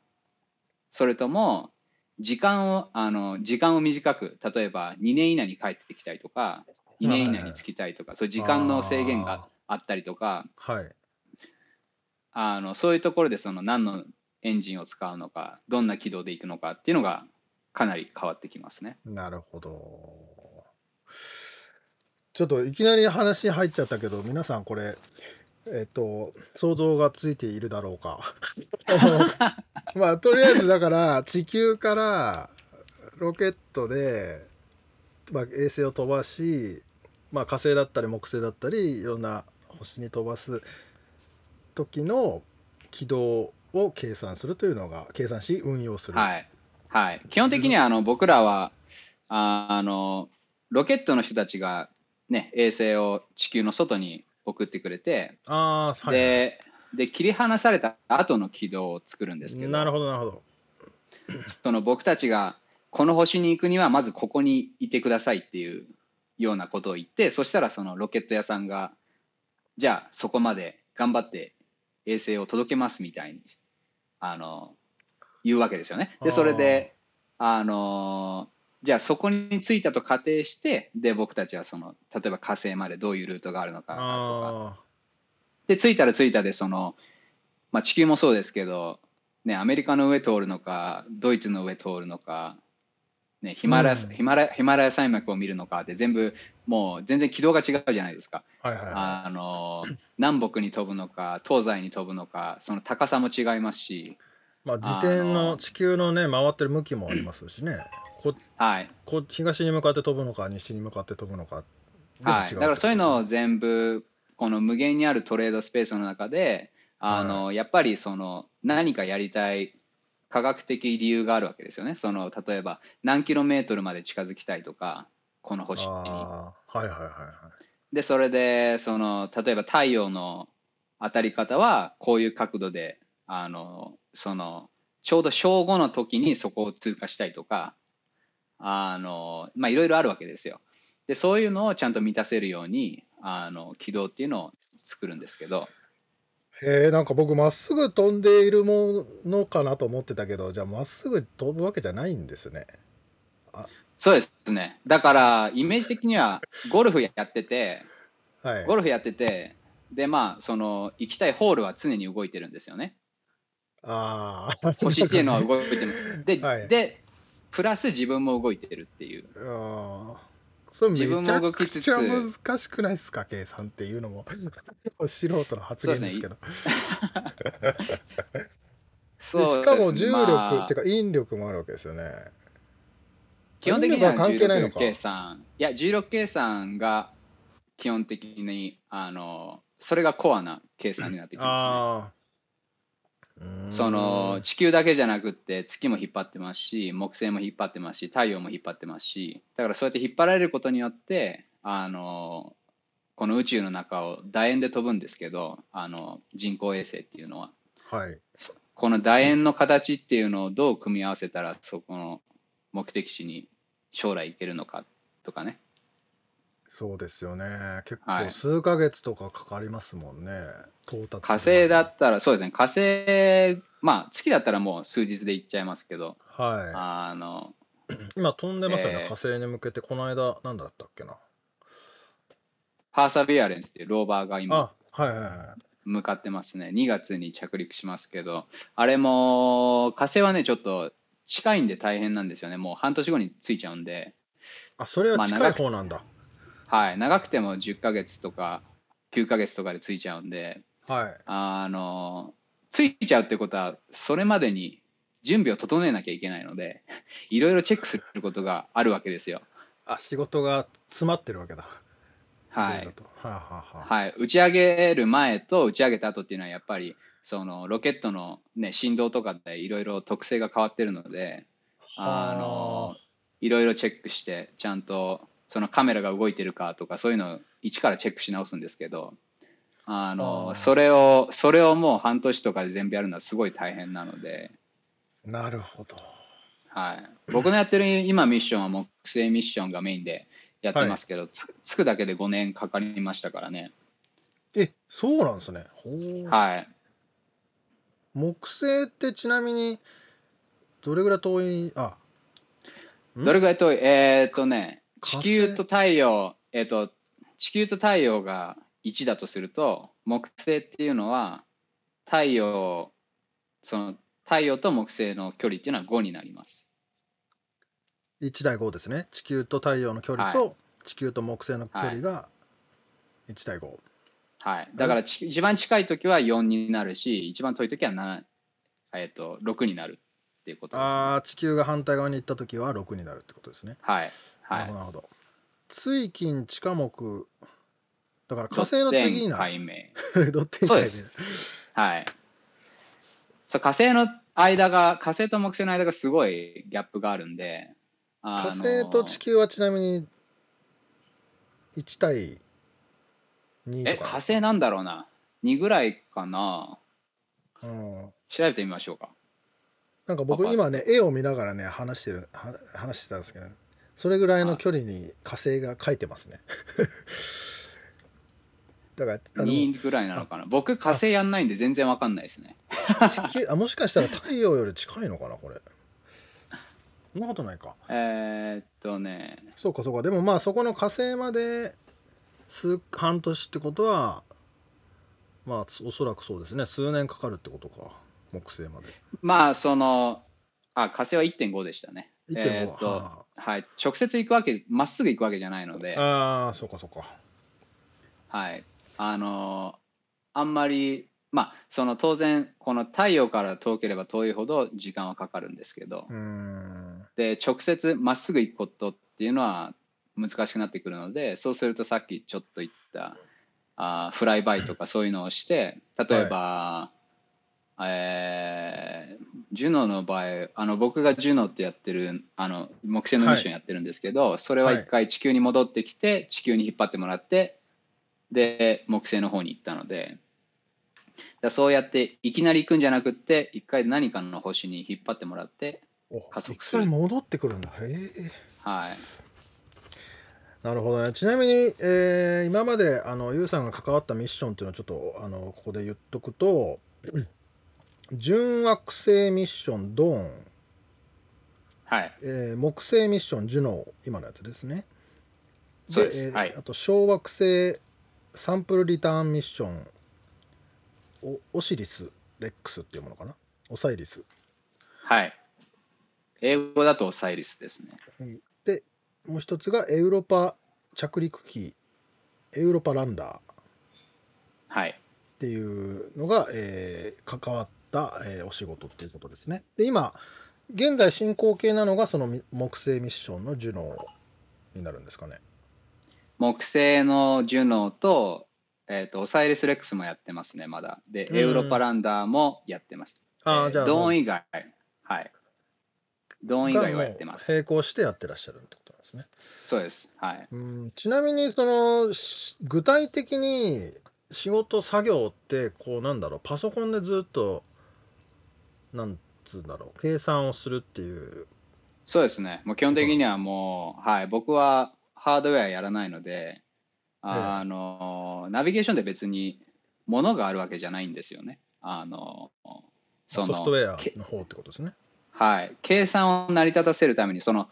Speaker 4: それとも時間をあの時間を短く例えば2年以内に帰ってきたいとか2年以内に着きたいとか、そういう時間の制限があったりとか
Speaker 1: はい
Speaker 4: あのそういうところでその何のエンジンを使うのかどんな軌道で行くのかっていうのがかなり変わってきますね。
Speaker 1: なるほど。ちょっといきなり話入っちゃったけど、皆さんこれ、えっと、想像がついているだろう
Speaker 4: [LAUGHS]
Speaker 1: か。まあ、とりあえずだから、地球からロケットで、まあ、衛星を飛ばし、まあ、火星だったり木星だったり、いろんな星に飛ばす時の軌道を計算するというのが、計算し、運用する。
Speaker 4: はい、はい、基本的にはあの僕らはああのロケットの人たちが、ね、衛星を地球の外に送ってくれて、
Speaker 1: ああ、はい。
Speaker 4: でで切り離された後の軌道を作るんですけど
Speaker 1: なるほど、なるほど。
Speaker 4: その僕たちがこの星に行くにはまずここにいてくださいっていうようなことを言ってそしたらそのロケット屋さんがじゃあそこまで頑張って衛星を届けますみたいにあの言うわけですよね。
Speaker 1: あー
Speaker 4: でそれであのじゃあそこに着いたと仮定してで僕たちはその例えば火星までどういうルートがあるのかとか
Speaker 1: あ
Speaker 4: で着いたら着いたでその、まあ、地球もそうですけど、ね、アメリカの上通るのかドイツの上通るのか、ね、ヒマラヤ
Speaker 1: うん
Speaker 4: ヒマラヤヒマラヤ山脈を見るのかって全部もう全然軌道が違うじゃないですか、
Speaker 1: あ、はいはいは
Speaker 4: あの南北に飛ぶのか東西に飛ぶのかその高さも違いますし
Speaker 1: い。まあ、自転
Speaker 4: あ
Speaker 1: の
Speaker 4: の
Speaker 1: 地球のね、回ってる向きもありますしね。こ
Speaker 4: はい。
Speaker 1: こ東に向かって飛ぶのか西に向かって飛ぶのか
Speaker 4: はい、だからそういうのを
Speaker 1: を
Speaker 4: 全部この無限にあるトレードスペースの中であの、やっぱりその何かやりたい科学的理由があるわけですよねその例えば何キロメートルまで近づきたいとかこの星に
Speaker 1: ああはいはいはいはい
Speaker 4: でそれでその例えば太陽の当たり方はこういう角度であのそのちょうど正午の時にそこを通過したいとかあのまあいろいろあるわけですよ。でそういうのをちゃんと満たせるようにあの軌道っていうのを作るんですけど
Speaker 1: へえなんか僕まっすぐ飛んでいるものかなと思ってたけどじゃあまっすぐ飛ぶわけじゃないんですね
Speaker 4: そうですねだからイメージ的にはゴルフやってて
Speaker 1: はい
Speaker 4: ゴルフやっててでまあその行きたいホールは常に動いてるんですよね。
Speaker 1: ああ
Speaker 4: 星っていうのは動いてる。で、
Speaker 1: はい
Speaker 4: で、プラス自分も動いてるっていう。
Speaker 1: [LAUGHS] ああそれめ
Speaker 4: 自分
Speaker 1: ち
Speaker 4: も
Speaker 1: ゃ
Speaker 4: 動き
Speaker 1: く
Speaker 4: つつ
Speaker 1: ちゃ難しくないですか計算っていうのも [LAUGHS] 素人の発言ですけど
Speaker 4: そ
Speaker 1: で
Speaker 4: うです
Speaker 1: しかも
Speaker 4: ね
Speaker 1: 重力、
Speaker 4: まあ
Speaker 1: っていうか引力もあるわけですよね
Speaker 4: 基本的には
Speaker 1: 重力は関
Speaker 4: 重
Speaker 1: 係ないの
Speaker 4: 力
Speaker 1: か
Speaker 4: 計算。いや、重力計算が基本的に、あの、それがコアな計算になってきますね。
Speaker 1: ああうーん
Speaker 4: その地球だけじゃなくって月も引っ張ってますし木星も引っ張ってますし太陽も引っ張ってますしだからそうやって引っ張られることによってあのこの宇宙の中を楕円で飛ぶんですけどあの人工衛星っていうのは
Speaker 1: はい
Speaker 4: この楕円の形っていうのをどう組み合わせたらそこの目的地に将来行けるのかとかね
Speaker 1: そうですよね結
Speaker 4: は
Speaker 1: 構
Speaker 4: い
Speaker 1: 数ヶ月とかかかりますもんね、到達
Speaker 4: 火
Speaker 1: するの
Speaker 4: 星
Speaker 1: に
Speaker 4: だったらそうですね火星まあ月だったらもう数日で行っちゃいますけど
Speaker 1: はい
Speaker 4: あの
Speaker 1: 今飛んでますよね、
Speaker 4: えー
Speaker 1: 火星に向けて、この間、なんだったっけな。
Speaker 4: パーサビアレンスっていうローバーが今
Speaker 1: あ、はいはいは
Speaker 4: 向かってますね2月に着陸しますけどあれも火星はねちょっと近いんで大変なんですよねもう半年後に着いちゃうんで
Speaker 1: い。あ、それは
Speaker 4: ま
Speaker 1: 近
Speaker 4: あ
Speaker 1: い
Speaker 4: 長く
Speaker 1: 方なんだ。
Speaker 4: はい長くても10ヶ月とか9ヶ月とかで着いちゃうんで
Speaker 1: はい。
Speaker 4: あの着いちゃうってことはそれまでに準備を整えなきゃいけないので [LAUGHS] いろいろチェックすることがあるわけですよ
Speaker 1: あ、仕事が詰まってるわけだ。
Speaker 4: は
Speaker 1: そう
Speaker 4: い
Speaker 1: だ、とはいはいはい。
Speaker 4: はい、打ち上げる前と打ち上げた後っていうのはやっぱりそのロケットの、ね、振動とかでいろいろ特性が変わってるのであのいろいろチェックしてちゃんとそのカメラが動いてるかとかそういうのを一からチェックし直すんですけどあの
Speaker 1: あー
Speaker 4: それをそれをもう半年とかで全部やるのはすごい大変なので、
Speaker 1: なるほど。
Speaker 4: はい、僕のやってる今ミッションは木 [COUGHS] 星ミッションがメインでやってますけど、つつくだけで5年かかりましたからね、
Speaker 1: え、そうなんですね。ほう
Speaker 4: はい、
Speaker 1: 木星ってちなみに、どれぐらい遠い、あ、ん
Speaker 4: どれぐらい遠いえーっとね
Speaker 1: 火
Speaker 4: 地
Speaker 1: 星
Speaker 4: 球と太陽えーっと地球と太陽が1だとすると木星っていうのは太陽その太陽と木星の距離っていうのは5になります
Speaker 1: 1対5ですね。地球と太陽の距離と、地球と木星の距離が1対5。
Speaker 4: はいだからち一番近い時は4になるし一番遠い時は7えーっと6になるっていうことです、ね、
Speaker 1: ああ、地球が反対側に行ったときは6になるってことですね。
Speaker 4: はいは
Speaker 1: なるほ
Speaker 4: い
Speaker 1: どなるほど。水金地下木だから火星の次になる。
Speaker 4: 解明
Speaker 1: [LAUGHS] ドッテン
Speaker 4: そう
Speaker 1: 解
Speaker 4: で
Speaker 1: 明
Speaker 4: すはい。そう火星の間が火星と木星の間がすごいギャップがあるんで、あ
Speaker 1: 火
Speaker 4: の
Speaker 1: 星と地球はちなみに1対2
Speaker 4: え
Speaker 1: と
Speaker 4: 火
Speaker 1: か。
Speaker 4: 星なんだろうな2ぐらいかな
Speaker 1: うん
Speaker 4: 調べてみましょうか
Speaker 1: なんか僕
Speaker 4: パパ
Speaker 1: 今ね絵を見ながらね話してるは話してたんですけど、それぐらいの距離に火星が書いてますね。 [LAUGHS] だからあの
Speaker 4: 2ぐらいなのかな僕火星やんないんで全然わかんないですね
Speaker 1: 地球あもしかしたら太陽より近いのかなこれ。そんなことないか。
Speaker 4: えーっとね
Speaker 1: そうかそうかでもまあそこの火星まで数半年ってことはまあつおそらくそうですね数年かかるってことか木星まで
Speaker 4: まあそのあ火星は1.5でしたね
Speaker 1: 1.5
Speaker 4: えーっと
Speaker 1: は
Speaker 4: はい直接行くわけまっすぐ行くわけじゃないので
Speaker 1: あはああーそうかそうか
Speaker 4: はい、あのあんまりまあその当然この太陽から遠ければ遠いほど時間はかかるんですけど、
Speaker 1: うーん
Speaker 4: で直接まっすぐ行くことっていうのは難しくなってくるのでそうするとさっきちょっと言ったあーフライバイとかそういうのをして例えば、えージュノの場合あの僕がジュノってやってるあの木星のミッションやってるんですけど、それは
Speaker 1: はい
Speaker 4: 一回地球に戻ってきて地球に引っ張ってもらってで木星の方に行ったので。だそうやっていきなり行くんじゃなくって一回何かの星に引っ張ってもらって
Speaker 1: お
Speaker 4: 加速
Speaker 1: 一
Speaker 4: する
Speaker 1: 回戻ってくるんだへえ
Speaker 4: はい
Speaker 1: なるほどねちなみに、えー今まであのゆうさんが関わったミッションっていうのをちょっとあのここで言っとくと [CLEARS THROAT] 純惑星ミッションドーン、
Speaker 4: はい
Speaker 1: えー木星ミッションジュノー今のやつですね
Speaker 4: そうです
Speaker 1: えー
Speaker 4: はい
Speaker 1: あと小惑星サンプルリターンミッションおオシリスレックスっていうものかなオサイリス
Speaker 4: はい。英語だとオサイリスですね。
Speaker 1: もう一つがエウロパ着陸機エウロパランダー
Speaker 4: はい。
Speaker 1: っていうのが、えー関わった、えーお仕事っていうことですね。で今現在進行形なのがそのみ木星ミッションのジュノーになるんですかね。
Speaker 4: 木星のジュノーと、えっ、と、オサイリスレックスもやってますね、まだ。で、
Speaker 1: うん
Speaker 4: エウロパランダーもやってます。えードーン以外、はい。ドーン以外はやって
Speaker 1: が
Speaker 4: ま
Speaker 1: もう
Speaker 4: す。
Speaker 1: 並行してやってらっしゃるってことなんですね。
Speaker 4: そうです。はい。
Speaker 1: うんちなみにそのし具体的に仕事作業ってこうなんだろうパソコンでずっとなんつうんだろう計算をするっていう。
Speaker 4: そうですね。もう基本的にはもう、はい。僕はハードウェアやらないので、あの、ナビゲーションで別に物があるわけじゃないんですよね。あの、
Speaker 1: ソ
Speaker 4: その
Speaker 1: フトウェ
Speaker 4: け
Speaker 1: アの方ってことですね。
Speaker 4: はい、計算を成り立たせるためにその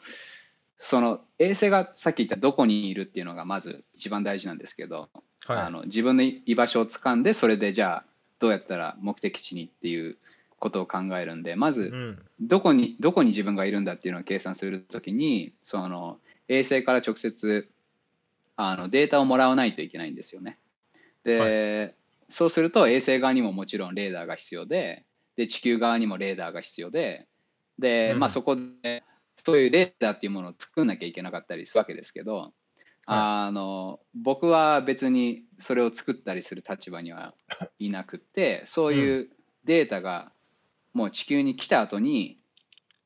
Speaker 4: その衛星がさっき言ったどこにいるっていうのがまず一番大事なんですけど、
Speaker 1: はい。
Speaker 4: あの自分の居場所をつかんでそれでじゃあどうやったら目的地にっていうことを考えるんでま
Speaker 1: う
Speaker 4: ず
Speaker 1: ん。
Speaker 4: どこにどこに自分がいるんだっていうのを計算するときにその衛星から直接あのデータをもらわないといけないんですよね。で、そうすると衛星側にももちろんレーダーが必要でで地球側にもレーダーが必要でで、
Speaker 1: うん
Speaker 4: まあ、そこでそういうレーダーっていうものを作んなきゃいけなかったりするわけですけど、あの僕は別にそれを作ったりする立場にはいなくってそういうデータがもう地球に来た後に、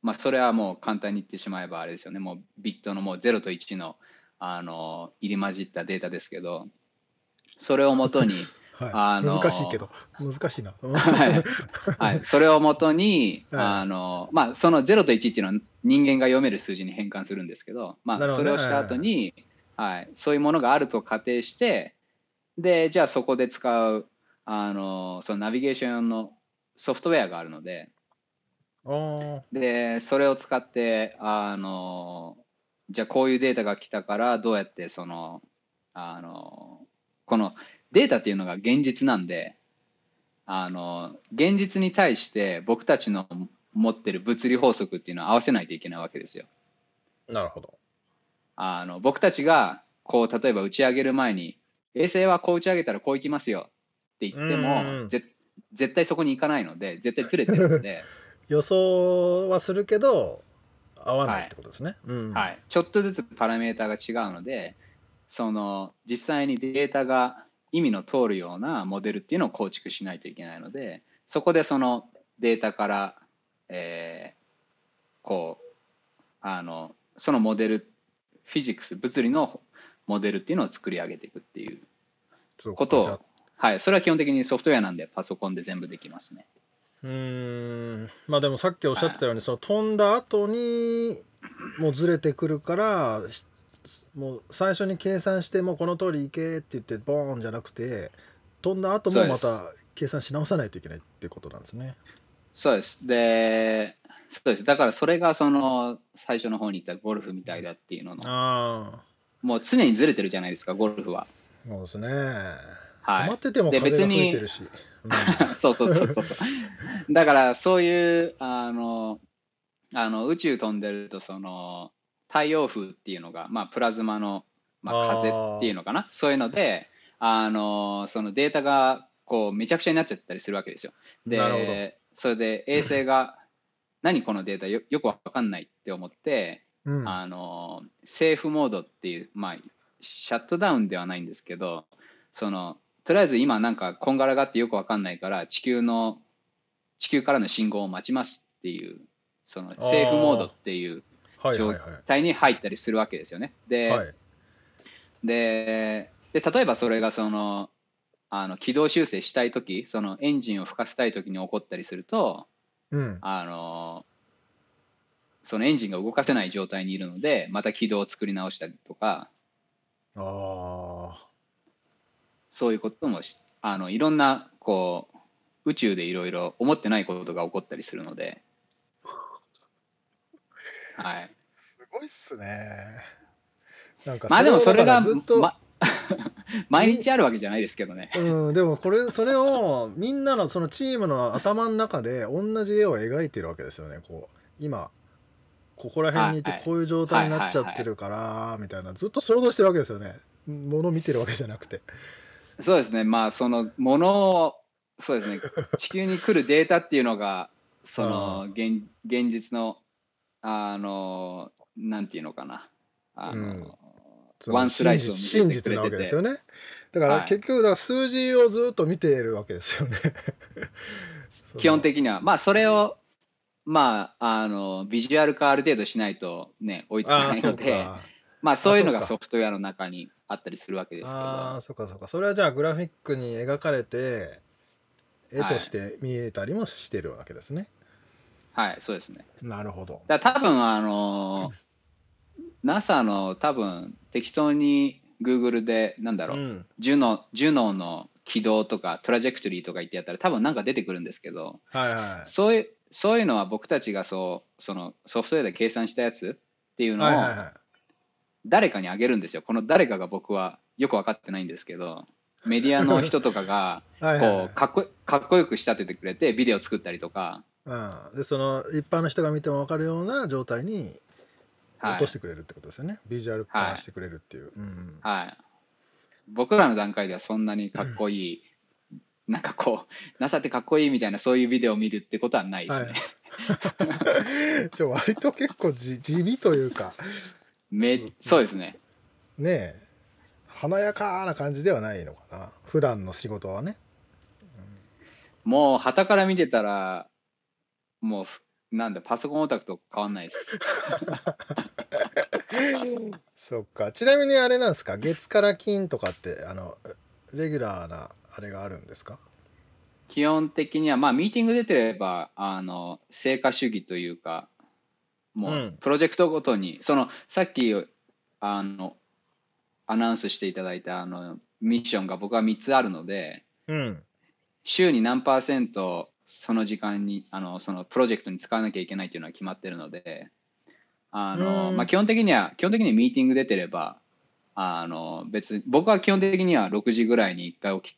Speaker 4: まあそれはもう簡単に言ってしまえばあれですよねもうビットのもう0と1のあの入り混じったデータですけどそれをもとに、
Speaker 1: はい、
Speaker 4: あのー
Speaker 1: 難しいけど難しいな。
Speaker 4: [LAUGHS] はい
Speaker 1: [LAUGHS]
Speaker 4: はい、それをもとに、
Speaker 1: はい
Speaker 4: あのまあ、その0と1っていうのは人間が読める数字に変換するんですけど、ま
Speaker 1: な
Speaker 4: あ、
Speaker 1: るほ
Speaker 4: そ
Speaker 1: ど
Speaker 4: れ
Speaker 1: ね
Speaker 4: をした後に、はい、そういうものがあると仮定してでじゃあそこで使うあのそのナビゲーション用のソフトウェアがあるので
Speaker 1: あー
Speaker 4: でそれを使ってあのじゃあこういうデータが来たからどうやってそのあのこのデータっていうのが現実なんであの現実に対して僕たちの持ってる物理法則っていうのは合わせないといけないわけですよ。
Speaker 1: なるほど。
Speaker 4: あの僕たちがこう例えば打ち上げる前に衛星はこう打ち上げたらこう行きますよって言っても、
Speaker 1: うんうん
Speaker 4: ぜ絶対そこに行かないので絶対ずれてるので。
Speaker 1: 予想はするけど合わないってことですね。うん
Speaker 4: はい、ちょっとずつパラメータが違うのでその実際にデータが意味の通るようなモデルっていうのを構築しないといけないのでそこでそのデータから、えーこうあのそのモデルフィジックス物理のモデルっていうのを作り上げていくっていう
Speaker 1: そうか
Speaker 4: こと
Speaker 1: じゃあ
Speaker 4: を、はい、それは基本的にソフトウェアなんでパソコンで全部できますね。
Speaker 1: うーんまあでもさっきおっしゃってたようにその飛んだ後にもうずれてくるからしもう最初に計算してもうこの通り行けって言ってボーンじゃなくて飛んだ後もま
Speaker 4: そ
Speaker 1: た計算し直さないといけないってことなんですね。
Speaker 4: そうです。で、そうです。だからそれがその最初の方に言ったゴルフみたいだっていうのの
Speaker 1: あ
Speaker 4: もう常にずれてるじゃないですか、ゴルフは。
Speaker 1: あそうですね。
Speaker 4: は
Speaker 1: 止ま
Speaker 4: い
Speaker 1: っ。てても
Speaker 4: で
Speaker 1: 風が
Speaker 4: 別
Speaker 1: 吹
Speaker 4: に
Speaker 1: いてるし。うん
Speaker 4: [LAUGHS] そうそうそうそう
Speaker 1: [LAUGHS]
Speaker 4: そう。だから、そういう、あの、あの宇宙飛んでると、その、太陽風っていうのが、まあ、プラズマの、まあ、
Speaker 1: あー
Speaker 4: 風っていうのかな、そういうので、あの、そのデータがこうめちゃくちゃになっちゃったりするわけですよ。
Speaker 1: なるほど
Speaker 4: でそれで衛星が何このデータよよくわかんないって思って、
Speaker 1: うん
Speaker 4: [LAUGHS] あのセーフモードっていう、まあ、シャットダウンではないんですけどそのとりあえず今なんかこんがらがってよくわかんないから地球の地球からの信号を待ちますっていうそのセーフモードっていう
Speaker 1: はい
Speaker 4: 状
Speaker 1: はいは
Speaker 4: 態に入ったりするわけですよね。
Speaker 1: い。
Speaker 4: で,、
Speaker 1: はい、
Speaker 4: でで例えばそれがそのあの軌道修正したい時そのエンジンを吹かせたい時に起こったりすると
Speaker 1: うん。
Speaker 4: あのそのエンジンが動かせない状態にいるのでまた軌道を作り直したりとか
Speaker 1: ああ。
Speaker 4: そういうこともしあのいろんなこう宇宙でいろいろ思ってないことが起こったりするので、はい、
Speaker 1: すごいっすね。なんか
Speaker 4: まあでもそれが
Speaker 1: をだからずっと、
Speaker 4: ま [LAUGHS] 毎日あるわけじゃないですけどね。
Speaker 1: うん、でもこれそれをみんなのそのチームの頭の中で同じ絵を描いてるわけですよね。こう今ここら辺にい
Speaker 4: は
Speaker 1: て
Speaker 4: い
Speaker 1: こういう状態になっちゃってるからみたいなずっと想像してるわけですよね。もの見てるわけじゃなくて。
Speaker 4: そうですね、まあ、そのものを、そうですね、 [LAUGHS] 地球に来るデータっていうのが、その
Speaker 1: あ
Speaker 4: 現現実の、あの、なんていうのかな、あの、
Speaker 1: その
Speaker 4: ワンスライスを
Speaker 1: 真
Speaker 4: 見せ
Speaker 1: 実
Speaker 4: てくれてて
Speaker 1: なわけですよね。だから
Speaker 4: はい
Speaker 1: 結局だから数字をずっと見ているわけですよね。その
Speaker 4: [LAUGHS] 基本的には、まあ、それを、まあ、あの、ビジュアル化ある程度しないとね、追いつか
Speaker 1: あ
Speaker 4: な
Speaker 1: あ
Speaker 4: い
Speaker 1: そう
Speaker 4: ので、
Speaker 1: か。
Speaker 4: まあ、そういうの
Speaker 1: あ
Speaker 4: が
Speaker 1: そ
Speaker 4: ソフトウェアの中にあったりするわけですけ
Speaker 1: ああ
Speaker 4: ど、
Speaker 1: そうかそうかそれはじゃあグラフィックに描かれて絵
Speaker 4: はい
Speaker 1: として見えたりもしてるわけですね、
Speaker 4: はい、そうですね。
Speaker 1: なるほど
Speaker 4: だから多分あの、NASA の多分適当に Google でなんだろう、
Speaker 1: ん、
Speaker 4: ジュノジュノーの軌道とかトラジェクトリーとか言ってやったら多分なんか出てくるんですけど
Speaker 1: はいは
Speaker 4: そういうそういうのは僕たちがそうそのソフトウェアで計算したやつっていう
Speaker 1: い
Speaker 4: の
Speaker 1: はいはい
Speaker 4: を
Speaker 1: は
Speaker 4: 誰かにあげるんですよこの誰かが僕はよく分かってないんですけどメディアの人とかが
Speaker 1: い [LAUGHS] はいはい
Speaker 4: こうかっこかっこよく仕立ててくれてビデオ作ったりとか、
Speaker 1: うん、でその一般の人が見ても分かるような状態に
Speaker 4: は
Speaker 1: 落
Speaker 4: い
Speaker 1: としてくれるってことですよね、ビジュアル化してくれるっていう、うん
Speaker 4: はい、僕らの段階ではそんなにかっこいい、なんかこう NASA ってかっこいいみたいなそういうビデオを見るってことはないですね、
Speaker 1: はい [LAUGHS] じゃあ割と結構じ地味というか
Speaker 4: めそうですね
Speaker 1: ねえ華やかな感じではないのかな普段の仕事は [LAUGHS] ね
Speaker 4: もう旗から見てたらもうふなんだパソコンオタクと変わんないです
Speaker 1: そっかちなみにあれなんですか月から金とかってあのレギュラーなあれがあるんですか
Speaker 4: 基本的にはまあミーティング出てればあの成果主義というかも
Speaker 1: うん
Speaker 4: うプロジェクトごとに、そのさっきあのアナウンスしていただいたあのミッションが僕は3つあるので
Speaker 1: うん
Speaker 4: 週に何パーセントその時間にあのそのプロジェクトに使わなきゃいけないっていうのは決まってるのであの、
Speaker 1: うん
Speaker 4: まあ、基本的には基本的にミーティング出てればあの別に僕は基本的には6時ぐらいに1回起き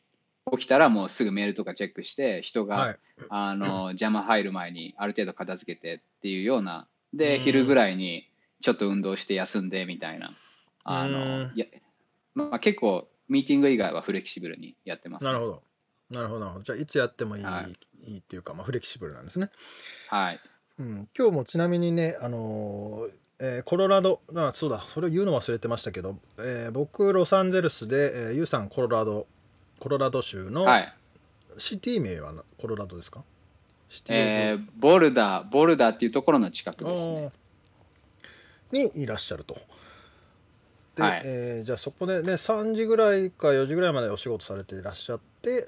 Speaker 4: 起きたらもうすぐメールとかチェックして人が、
Speaker 1: はい
Speaker 4: あ
Speaker 1: [LAUGHS]
Speaker 4: の邪魔入る前にある程度片付けてっていうような
Speaker 1: う
Speaker 4: で
Speaker 1: ん
Speaker 4: 昼ぐらいにちょっと運動して休んでみたいなあ
Speaker 1: う
Speaker 4: の
Speaker 1: ん
Speaker 4: いや、まあ、結構ミーティング以外はフレキシブルにやってますね、
Speaker 1: なるほどなるほどなるほどじゃあいつやってもいい,、、
Speaker 4: はい
Speaker 1: いっていうか、まあ、フレキシブルなんですね、
Speaker 4: はい
Speaker 1: うん、今日もちなみにねあのーえーコロラドあそうだそれ言うの忘れてましたけど、えー僕ロサンゼルスで、えー、ユウさんコロラドコロラド州の、
Speaker 4: はい
Speaker 1: シティ名はなコロラドですかシティ
Speaker 4: えーボルダー、ボルダーっていうところの近くですね。
Speaker 1: あーにいらっしゃると。で、
Speaker 4: はい
Speaker 1: えーじゃあそこでね3時ぐらいか4時ぐらいまでお仕事されていらっしゃってっ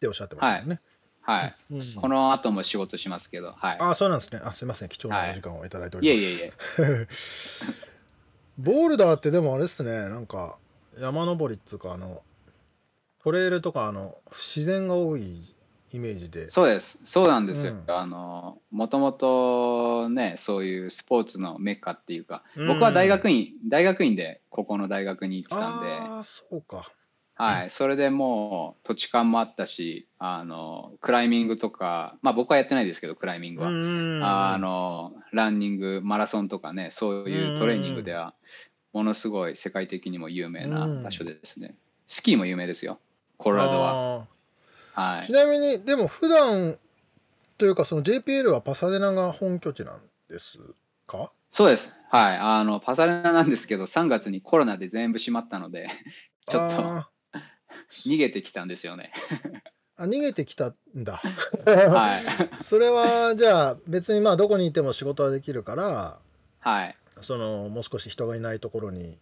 Speaker 1: ておっしゃってましたよね。
Speaker 4: はい。
Speaker 1: うん
Speaker 4: この後も仕事しますけど、はい。
Speaker 1: あーそうなんですね。あすいません貴重なお時間をいただいてお
Speaker 4: いえ
Speaker 1: ります。
Speaker 4: いえいえ。
Speaker 1: ボールダーってでもあれですねなんか山登りっつうかあのトレイルとかあの自然が多いイメージで。
Speaker 4: そうです。そうなんですよ。
Speaker 1: うん
Speaker 4: あの、もともとね、そういうスポーツのメッカっていうか、
Speaker 1: うん
Speaker 4: 僕は大学院、大学院で、ここの大学に行ってたんで、
Speaker 1: ああそうか。
Speaker 4: はい。それでもう土地勘もあったし、あの、クライミングとか、まあ僕はやってないですけど、クライミングは。あのランニングマラソンとかねそういうトレーニングではものすごい世界的にも有名な場所ですね、スキーも有名ですよコロラドは。
Speaker 1: あ
Speaker 4: は
Speaker 1: ー
Speaker 4: い
Speaker 1: ち、なみにでも普段というかその JPL はパサデナが本拠地なんですか
Speaker 4: そうです、はいあの。パサレナなんですけど、3月にコロナで全部閉まったので、 [LAUGHS] ちょっと
Speaker 1: あ
Speaker 4: 逃げてきたんですよね。
Speaker 1: ーあ逃げてきたんだ
Speaker 4: [LAUGHS] はい、
Speaker 1: [LAUGHS] それはじゃあ別にまあどこにいても仕事はできるから
Speaker 4: はい
Speaker 1: そのもう少し人がいないところに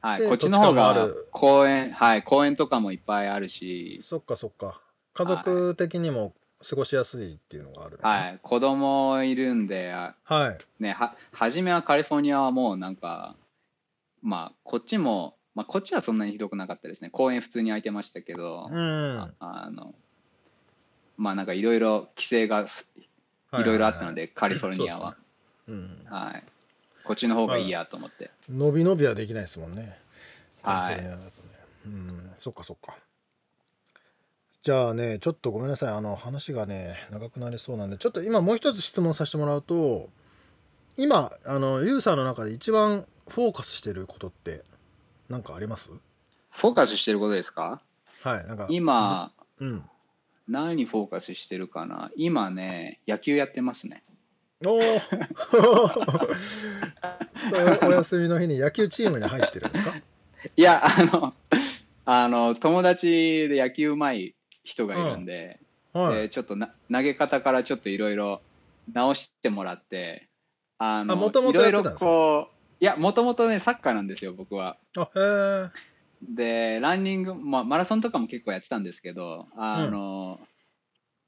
Speaker 4: はい、
Speaker 1: で
Speaker 4: こっちの方
Speaker 1: どっ
Speaker 4: が
Speaker 1: ちかもある
Speaker 4: 公園、はい、公園とかもいっぱいあるし、
Speaker 1: そっかそっか家族的にも過ごしやすいっていうのがあるのか
Speaker 4: はい、子供いるんで、あ
Speaker 1: はい、
Speaker 4: ね、は初めはカリフォルニアはもうなんか、まあ、こっちも、まあ、こっちはそんなにひどくなかったですね、公園普通に空いてましたけど、
Speaker 1: うん
Speaker 4: ああのまあなんかいろいろ規制がす
Speaker 1: はい
Speaker 4: ろいろあったので、カリフォルニアは、
Speaker 1: いはいはいうん
Speaker 4: はい、こっちの方がいいやと思って、
Speaker 1: 伸び伸びはできないですもんね。
Speaker 4: はい
Speaker 1: カリフォルニアだとねうん、そっかそっか。じゃあね、ちょっとごめんなさい、あの話がね、長くなりそうなんで、ちょっと今もう一つ質問させてもらうと、今、あのユーさんの中で一番フォーカスしてることって、なんかあります
Speaker 4: フォーカスしてることですか
Speaker 1: はい、なんか、
Speaker 4: 今、
Speaker 1: うん。
Speaker 4: 何にフォーカスしてるかな今ね、野球やってますね。
Speaker 1: おー [LAUGHS] そうお休みの日に野球チームに入ってるんですか
Speaker 4: いや、あの、 [LAUGHS] あの友達で野球うまい人がいるんで、
Speaker 1: はい。
Speaker 4: でちょっとな投げ方からちょっといろいろ直してもらってあの
Speaker 1: あ元々
Speaker 4: いろい
Speaker 1: やっ
Speaker 4: ろ
Speaker 1: てたんですか
Speaker 4: こういやもともとねサッカーなんですよ僕は
Speaker 1: あ、へー
Speaker 4: でランニング、まあ、マラソンとかも結構やってたんですけどあの、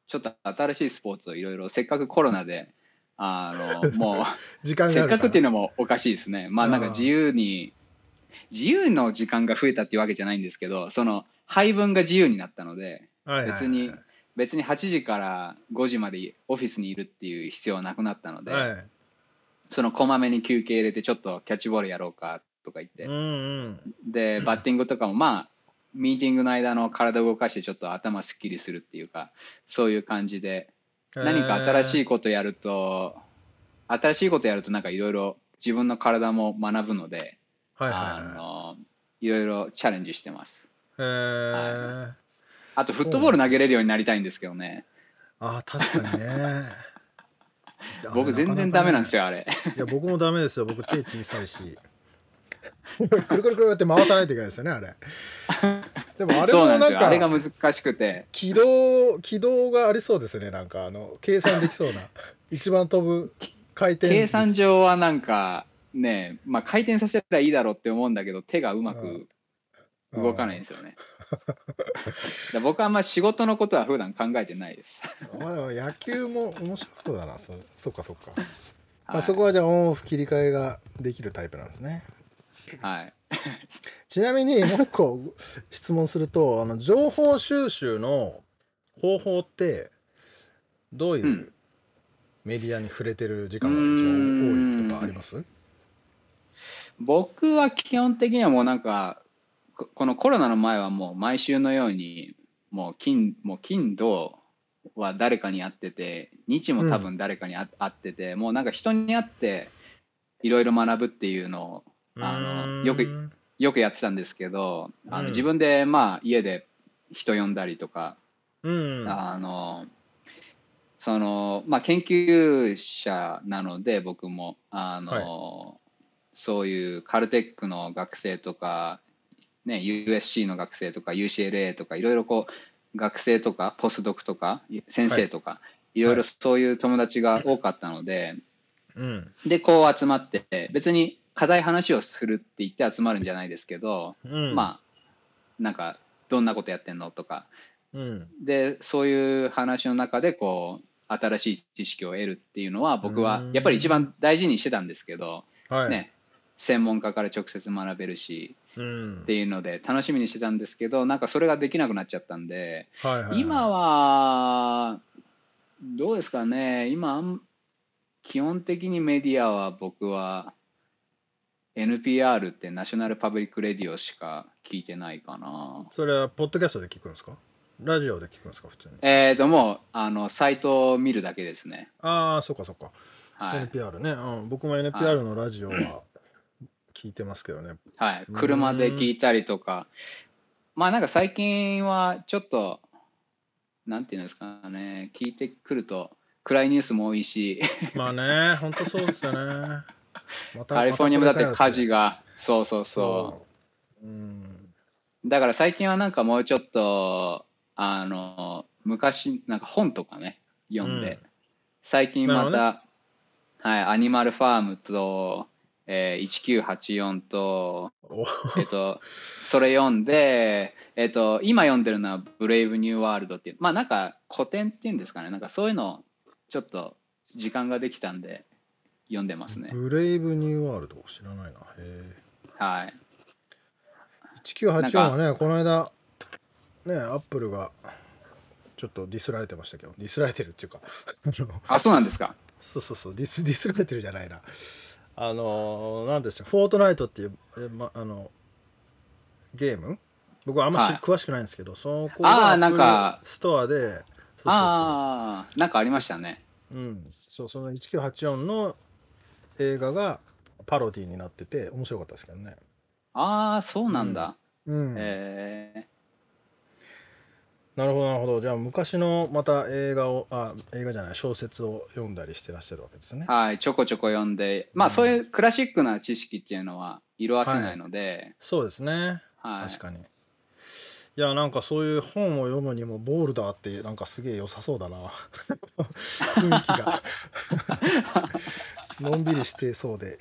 Speaker 4: ちょっと新しいスポーツをいろいろせっかくコロナであのも
Speaker 1: 時間
Speaker 4: う
Speaker 1: が
Speaker 4: せ
Speaker 1: あ
Speaker 4: っ
Speaker 1: るら
Speaker 4: かくっていうのもおかしいですねまあなんか自由に自由の時間が増えたっていうわけじゃないんですけどその配分が自由になったので
Speaker 1: はいはいはい
Speaker 4: 別に別に8時から5時までオフィスにいるっていう必要はなくなったので、
Speaker 1: はい。
Speaker 4: そのこまめに休憩入れてちょっとキャッチボールやろうかとか言って、
Speaker 1: うんうん。
Speaker 4: でバッティングとかもまあミーティングの間の体を動かしてちょっと頭すっきりするっていうかそういう感じで何か新し
Speaker 1: い。
Speaker 4: いことやると、新しいことやるとなんかいろいろ自分の体も学ぶので、
Speaker 1: はいはい
Speaker 4: あ
Speaker 1: はい。
Speaker 4: のいろいろチャレンジしてます
Speaker 1: へー
Speaker 4: あとフットボール投げれるようになりたいんですけどね
Speaker 1: あー確かにね。
Speaker 4: [LAUGHS] 僕全然ダメなんです
Speaker 1: よ。
Speaker 4: よあれ
Speaker 1: いや、僕もダメですよ。僕手小さいし。 [LAUGHS] くるくるくるって回さないといけないですよね、あれ。でもあれ
Speaker 4: そ
Speaker 1: も
Speaker 4: うな
Speaker 1: なん
Speaker 4: ですよあれが
Speaker 1: んか、
Speaker 4: 難しくて
Speaker 1: 軌道、軌道がありそうですね、なんか、あの、計算できそう
Speaker 4: [LAUGHS]
Speaker 1: な。一番飛ぶ回転。
Speaker 4: 計算上はなんかねまあ回転させたらいいだろうって思うんだけど手がうまく動かないんですよね、だ僕はあんま仕事のことは普段考えてないです、
Speaker 1: うん。まあでも野球も面白そうだな、そそっかそっか。
Speaker 4: は
Speaker 1: [LAUGHS] ま
Speaker 4: い
Speaker 1: あ、そこはじゃあオンオフ切り替えができるタイプなんですね。
Speaker 4: はい
Speaker 1: ちなみにもう一個質問するとあの情報収集の方法ってどう
Speaker 4: う
Speaker 1: いうんメディアに触れてる時間が一番多いとかあります
Speaker 4: 僕は基本的にはもうなんかここのコロナの前はもう毎週のようにもう金もう金土は誰かに会ってて日も多分誰かに会会ってて、もうなんか人に会っていろいろ学ぶっていうのをあのよく
Speaker 1: うん
Speaker 4: よくやってたんですけどあ
Speaker 1: うん
Speaker 4: の自分でまあ家で人呼んだりとか、
Speaker 1: うん
Speaker 4: あのそのまあ研究者なので僕もあの、そういうカルテックの学生とか、ね、USC の学生とか UCLA とかいろいろこう学生とかポスドクとか先生とか、い、ろいろそういう友達が多かったので、
Speaker 1: うん
Speaker 4: でこう集まって別に課題話をするって言って集まるんじゃないですけど、
Speaker 1: うん
Speaker 4: まあなんかどんなことやってんのとか
Speaker 1: うん
Speaker 4: でそういう話の中でこう新しい知識を得るっていうのは僕は
Speaker 1: うん
Speaker 4: やっぱり一番大事にしてたんですけど、
Speaker 1: はい
Speaker 4: ね、専門家から直接学べるし
Speaker 1: うん
Speaker 4: っていうので楽しみにしてたんですけどなんかそれができなくなっちゃったんで
Speaker 1: はいはい
Speaker 4: 今はどうですかね今あん基本的にメディアは僕は NPR ってナショナルパブリックレディオしか聞いてないかな。
Speaker 1: それはポッドキャストで聞くんですかラジオで聞くんですか普通に
Speaker 4: えー、ともうあのサイトを見るだけですね。
Speaker 1: ああそうかそうか
Speaker 4: はい
Speaker 1: NPR ね、うん、僕も NPR のラジオは聞いてますけどね
Speaker 4: はい、車で聞いたりとか、まあなんか最近はちょっと、なんていうんですかね、聞いてくると、暗いニュースも多
Speaker 1: [LAUGHS]
Speaker 4: いし、
Speaker 1: まあね、本当そうですよ
Speaker 4: [LAUGHS]
Speaker 1: ね。また
Speaker 4: カリフォルニアもだって火事
Speaker 1: が。。
Speaker 4: が、そうそうそう
Speaker 1: うん。
Speaker 4: う。だから最近はなんかもうちょっと、あの、昔、なんか本とかね、読んで、
Speaker 1: うん
Speaker 4: 最近ま
Speaker 1: な
Speaker 4: た、はい、アニマルファームと、えー、1984と、
Speaker 1: お
Speaker 4: [LAUGHS] えっと、それ読んで、えっと、今読んでるのは「ブレイブニューワールド」っていうまあなんか古典っていうんですかねなんかそういうのをちょっと時間ができたんで読んでますね
Speaker 1: ブレイブニューワールド知らないな。へ
Speaker 4: はい
Speaker 1: え。1984はね、この間、ね、アップルがちょっとディスられてましたけど、ディスられてるっていうか、 [LAUGHS] あの
Speaker 4: あそうなんですか
Speaker 1: そうそうそう、ディスディスられてるじゃないな。あのー、なんでしたフォートナイトっていう、えま、あのゲーム僕はあんまし、
Speaker 4: はい
Speaker 1: 詳しくないんですけど、そこ
Speaker 4: あーなんか
Speaker 1: Apple ストアで、そうそうそ
Speaker 4: ああなんかありましたね
Speaker 1: う、うん、そうその1984の映画がパロディになってて、面白かったですけどね。
Speaker 4: ああそうなんだ、
Speaker 1: うん
Speaker 4: ええ
Speaker 1: なるほど、なるほど。じゃあ、昔のまた映画を、あ、映画じゃない、小説を読んだりしてらっしゃるわけですね。
Speaker 4: はいちょこちょこ読んでまあ
Speaker 1: うん
Speaker 4: そういうクラシックな知識っていうのは色あせないので、
Speaker 1: そうですね。
Speaker 4: はい
Speaker 1: 確かに。いや、なんかそういう本を読むにも、ボールダーって、なんかすげえ良さそうだな。 [LAUGHS] 雰囲気
Speaker 4: [LAUGHS]
Speaker 1: が。のんびりしてそうで、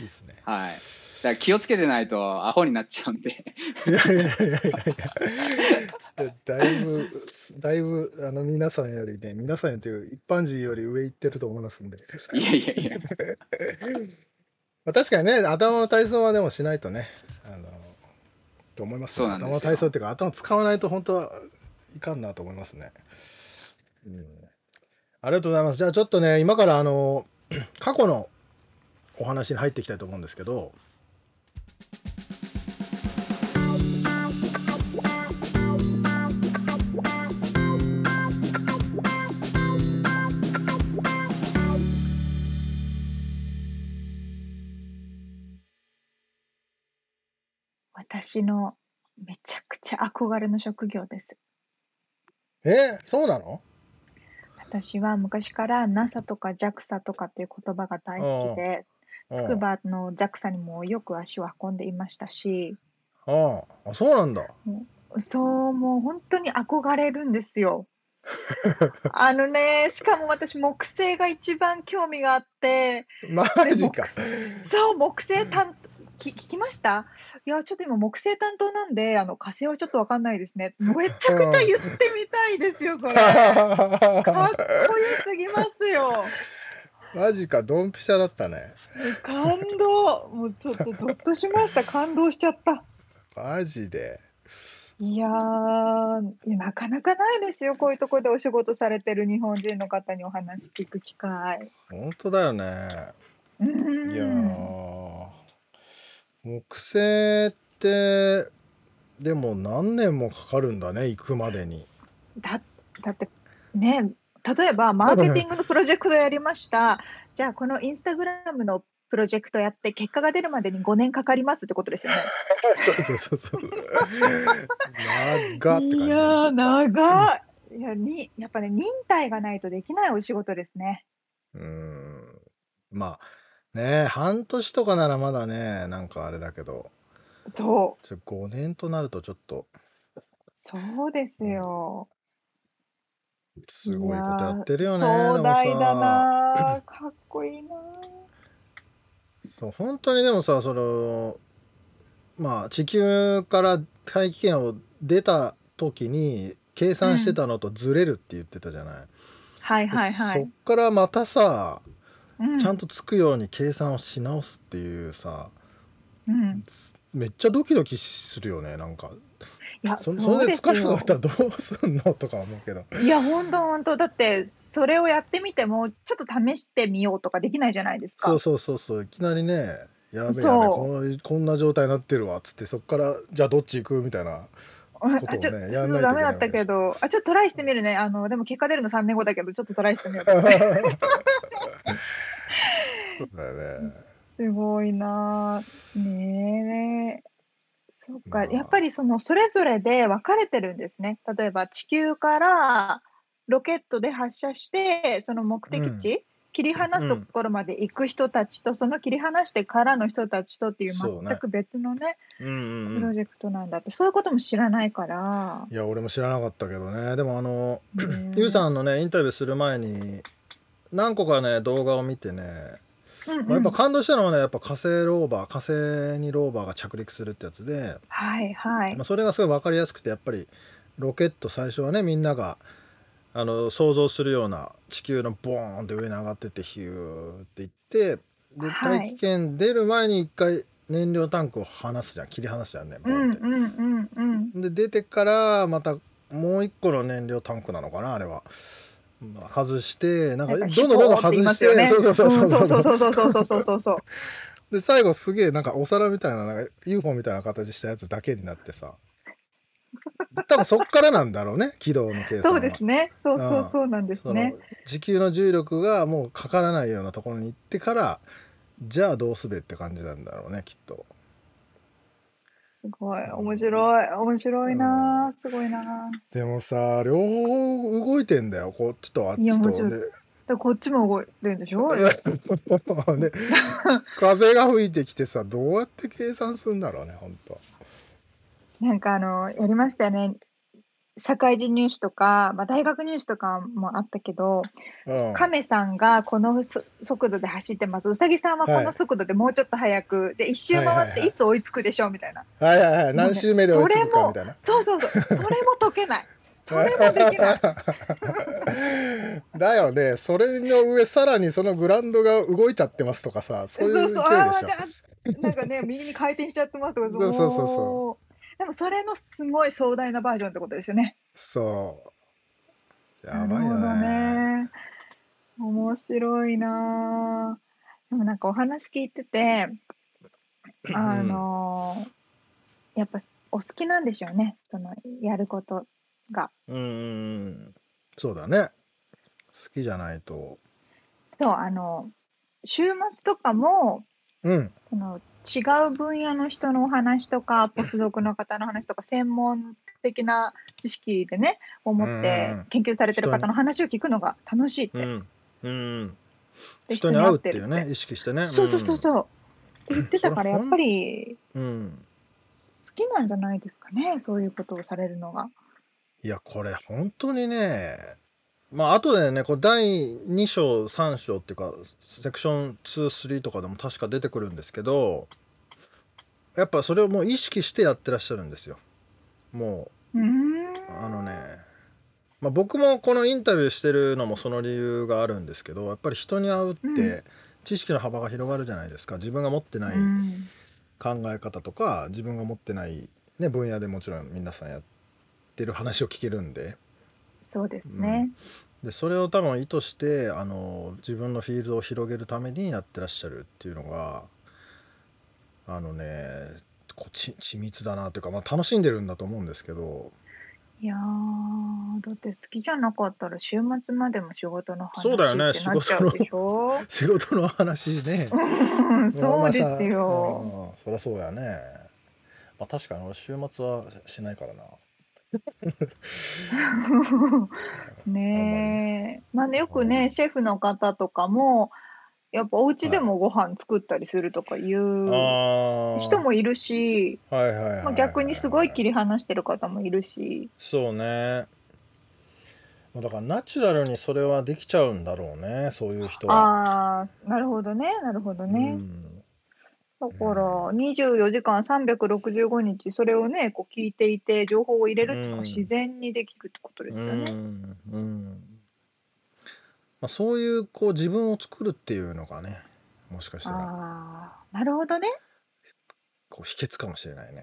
Speaker 1: いいですね。
Speaker 4: はいだから気をつけてないとアホになっちゃうんで
Speaker 1: [LAUGHS] いやいやいやいやいやいやだいぶ、だいぶ、あの、皆さんよりね、皆さんという、一般人より上行ってると思いますんで。
Speaker 4: いやいやいや
Speaker 1: まあ、確かにね、頭の体操はでもしないとね、あのと思います
Speaker 4: そう
Speaker 1: ね、
Speaker 4: なんで
Speaker 1: 頭
Speaker 4: すよ
Speaker 1: の体操っていうか、頭使わないと本当はいかんなと思いますね。うん、ありがとうございます。じゃあちょっとね、今からあの [CLEARS THROAT] 過去のお話に入っていきたいと思うんですけど、
Speaker 3: 私のめちゃくちゃ憧れの職業です。
Speaker 1: えそうなの
Speaker 3: 私は昔から NASA とか JAXA とかっていう言葉が大好きで、つくばの JAXA にもよく足を運んでいましたし、
Speaker 1: うんあああ、そうなんだ。
Speaker 3: そう、もう本当に憧れるんで
Speaker 1: [LAUGHS]
Speaker 3: すよ。あのね、しかも私、木星が一番興味があって、
Speaker 1: マジか。
Speaker 3: そう、木星担き聞きましたいや、ちょっと今、木星担当なんで、あの火星はちょっとわかんないですね。めちゃくちゃ言ってみたいですよ、
Speaker 1: [LAUGHS]
Speaker 3: それ。かっこよすぎますよ。
Speaker 1: [LAUGHS] マジか、ドンピシャだったね。
Speaker 3: 感動。もうちょっとゾッとしました。感動しちゃった。
Speaker 1: マジで。
Speaker 3: いやーいやなかなかないですよ、こういうところでお仕事されてる日本人の方にお話聞く機会。
Speaker 1: 本当だよね。
Speaker 3: う
Speaker 1: いや
Speaker 3: ん
Speaker 1: ー木星ってでも何年もかかるんだね行くまでに
Speaker 3: だだってね、例えばマーケティングのプロジェクトやりました、じゃあこのインスタグラムのプロジェクトやって、結果が出るまでに5年かかりますってことですよね。
Speaker 1: そうそう [LAUGHS] そう長って
Speaker 3: い
Speaker 1: 感じ
Speaker 3: やー、長い。いやにやっぱね、忍耐がないとできないお仕事ですね。
Speaker 1: うーんまあね半年とかならまだねなんかあれだけど
Speaker 3: そう、
Speaker 1: ちょ5年となるとちょっと
Speaker 3: そうですよ。
Speaker 1: すごいことやってるよね
Speaker 3: いやー
Speaker 1: で
Speaker 3: 壮
Speaker 1: もさ
Speaker 3: 大
Speaker 1: [CLEARS THROAT]
Speaker 3: だなー。かっこいいなー。
Speaker 1: そう本当にでもさそのまあ地球から大気圏を出た時に計算してたのとずれるって言ってたじゃない、
Speaker 3: はい
Speaker 1: で
Speaker 3: はいは
Speaker 1: そっ
Speaker 3: い。
Speaker 1: からまたさ
Speaker 3: う
Speaker 1: ちゃんとつくように計算をし直すっていうさ、
Speaker 3: うん、
Speaker 1: めっちゃドキドキするよねなんか
Speaker 3: いや、
Speaker 1: そ
Speaker 3: そ
Speaker 1: れ
Speaker 3: う
Speaker 1: で
Speaker 3: で
Speaker 1: つ
Speaker 3: す
Speaker 1: かなか
Speaker 3: よ
Speaker 1: っ。たらどうすんのとか思うけど
Speaker 3: いや、本当本当だって、それをやってみても、ちょっと試してみようとかできないじゃないですか。
Speaker 1: そうそうそうそういきなりねやべやべ
Speaker 3: そう
Speaker 1: こういうこんな状態になってるわっつってそっからじゃあどっち行くみたいな
Speaker 3: うん
Speaker 1: ことをね
Speaker 3: [LAUGHS] あちょ
Speaker 1: やん
Speaker 3: ち
Speaker 1: ないとい
Speaker 3: ょ
Speaker 1: けない
Speaker 3: っとダメだったけど、あちょっとトライしてみるね。あのでも結果出るの3年後だけど、ちょっとトライして
Speaker 1: [LAUGHS]
Speaker 3: みよう。
Speaker 1: そうだよね
Speaker 3: すごいなー。ねえ。そうか、やっぱりそのそれぞれで分かれてるんですね。例えば地球からロケットで発射して、その目的地、切り離すところまで行く人たちと、その切り離してからの人たちとっていう
Speaker 1: そうね
Speaker 3: 全く別のね、
Speaker 1: うんうん
Speaker 3: プ
Speaker 1: う
Speaker 3: ロ
Speaker 1: ん
Speaker 3: ジェクトなんだって、そういうことも知らないから。
Speaker 1: いや俺も知らなかったけどねでもあの
Speaker 3: ね
Speaker 1: ゆうさんのねインタビューする前に何個かね動画を見てね、
Speaker 3: うんう
Speaker 1: ま
Speaker 3: ん
Speaker 1: あ、やっぱ感動したのはねやっぱ火星ローバー火星にローバーが着陸するってやつで、
Speaker 3: はいはい
Speaker 1: まあ、。それがすごい分かりやすくてやっぱりロケット最初はねみんながあの想像するような地球のボーンって上に上がってってヒューっていってで
Speaker 3: はい
Speaker 1: 大気圏出る前に一回燃料タンクを離すじゃん切り離すじゃんねボ
Speaker 3: う
Speaker 1: ーン
Speaker 3: ん
Speaker 1: って。
Speaker 3: うんうんうん。
Speaker 1: で出てからまたもう一個の燃料タンクなのかなあれは。まあ外してなんかど
Speaker 3: な
Speaker 1: ん
Speaker 3: んか
Speaker 1: どんどんどん
Speaker 3: シュポーって
Speaker 1: 外
Speaker 3: 言いま
Speaker 1: し
Speaker 3: すよ
Speaker 1: て
Speaker 3: ね
Speaker 1: そうそうそうそうそう
Speaker 3: そうそうそうそうそうそうそうそう。
Speaker 1: で最後すげえなんかお皿みたいななんか UFO みたいな形したやつだけになってさ多分そっからなんだろうね [LAUGHS] 軌道の計算
Speaker 3: そ
Speaker 1: は
Speaker 3: うですね。そうそうそうなんです
Speaker 1: その
Speaker 3: ね。
Speaker 1: 地球の重力がもうかからないようなところに行ってからじゃあどうすべって感じなんだろうねきっと
Speaker 3: すごい面白い面白いなあすごいなあ。
Speaker 1: でもさ両方動いてんだよこっちとあっ
Speaker 3: いや
Speaker 1: ち
Speaker 3: も
Speaker 1: と
Speaker 3: ちろん
Speaker 1: で
Speaker 3: でこっちも動いてるんでしょ。
Speaker 1: で [LAUGHS] 風が吹いてきてさどうやって計算するんだろうね本当
Speaker 3: なんかあのやりましたよね。社会人入試とか、まあ、大学入試とかもあったけど、
Speaker 1: うん
Speaker 3: 亀さんがこのそ速度で走ってます、うさぎさんはこ
Speaker 1: は
Speaker 3: の
Speaker 1: い
Speaker 3: 速度でもうちょっと速く、で一周
Speaker 1: はい
Speaker 3: 回
Speaker 1: は
Speaker 3: っ
Speaker 1: いは
Speaker 3: て
Speaker 1: い
Speaker 3: いつ追いつくでしょうみたいな、
Speaker 1: はいはいはい
Speaker 3: もう
Speaker 1: 何
Speaker 3: ね
Speaker 1: 周目で追いつくかみたいな
Speaker 3: それもそうそうそうそれも解
Speaker 1: [LAUGHS]
Speaker 3: けないそれもできない
Speaker 1: だよねそれの上さらにそのグラウンドが動いちゃってますとかさそういう勢いでし
Speaker 3: そうそ
Speaker 1: ょ
Speaker 3: うあーじゃあなん
Speaker 1: [LAUGHS]
Speaker 3: かね右に回転しちゃってますとか
Speaker 1: そうそうそうそう
Speaker 3: もうでもそれのすごい壮大なバージョンってことですよね
Speaker 1: そうやばいよ
Speaker 3: なるほど
Speaker 1: ね
Speaker 3: ね面白いなぁでもなんかお話聞いててあのーやっぱお好きなんでしょうねそのやることが
Speaker 1: うんうんそうだね好きじゃないと
Speaker 3: そうあの週末とかも
Speaker 1: うん
Speaker 3: その違う分野の人のお話とかポスドクの方の話とか専門的な知識でね思っ
Speaker 1: う
Speaker 3: て
Speaker 1: んうん
Speaker 3: 研究されてる
Speaker 1: 人に
Speaker 3: 方の話を聞くのが楽しいって、
Speaker 1: んうん
Speaker 3: で
Speaker 1: 人に会うっていうね意識してね
Speaker 3: そうそうそうそうって言ってたか
Speaker 1: それほ
Speaker 3: らや
Speaker 1: ん
Speaker 3: っぱり
Speaker 1: うん、うん
Speaker 3: 好きなんじゃないですかねそういうことをされるのが。
Speaker 1: いや、これ本当にね、まあ後でね、こう第2章、3章っていうか、セクション2、3とかでも確か出てくるんですけど、やっぱそれをもう意識してやってらっしゃるんですよ。も
Speaker 3: うーん
Speaker 1: う、あのね、まあ、僕もこのインタビューしてるのもその理由があるんですけど、やっぱり人に会うっ
Speaker 3: うん
Speaker 1: て知識の幅が広がるじゃないですか。自分が持ってない
Speaker 3: うん
Speaker 1: 考え方とか、自分が持ってない、ね、分野でもちろん皆さんやってる話を聞けるんで。
Speaker 3: そうですね。
Speaker 1: でそれを多分意図してあの自分のフィールドを広げるためにやってらっしゃるっていうのがあのねこうち緻密だなというか、まあ、楽しんでるんだと思うんですけど
Speaker 3: いやーだって好きじゃなかったら週末までも仕事の話
Speaker 1: そうだよね
Speaker 3: ってなっちゃうでしょ。
Speaker 1: 仕事の話ね
Speaker 3: [LAUGHS] うんそうです
Speaker 1: まあ
Speaker 3: よ。
Speaker 1: まあさうんそりゃそうだよね、まあ、確かに俺週末はしないからな [LAUGHS]
Speaker 3: ねえ、まあね、よくね、シェフの方とかも、やっぱお家でもご飯作ったりするとかいう
Speaker 1: あー
Speaker 3: 人、もいるし、
Speaker 1: はいはいはいはい
Speaker 3: まあ、逆にすごい切り離してる方もいるし、
Speaker 1: そうねまあだからナチュラルにそれはできちゃうんだろうねそういう人は。
Speaker 3: ああ、なるほどね、なるほど
Speaker 1: う
Speaker 3: ね。
Speaker 1: ん
Speaker 3: だから、24時間365日、それをね、こう聞いていて、情報を入れるっていうの
Speaker 1: うん
Speaker 3: が自然にできるってことですよ
Speaker 1: う
Speaker 3: ね。
Speaker 1: んうんまあ、そういうこう自分を作るっていうのがねもしかしたら
Speaker 3: ああ、なるほどね。
Speaker 1: こう秘訣かもしれないね。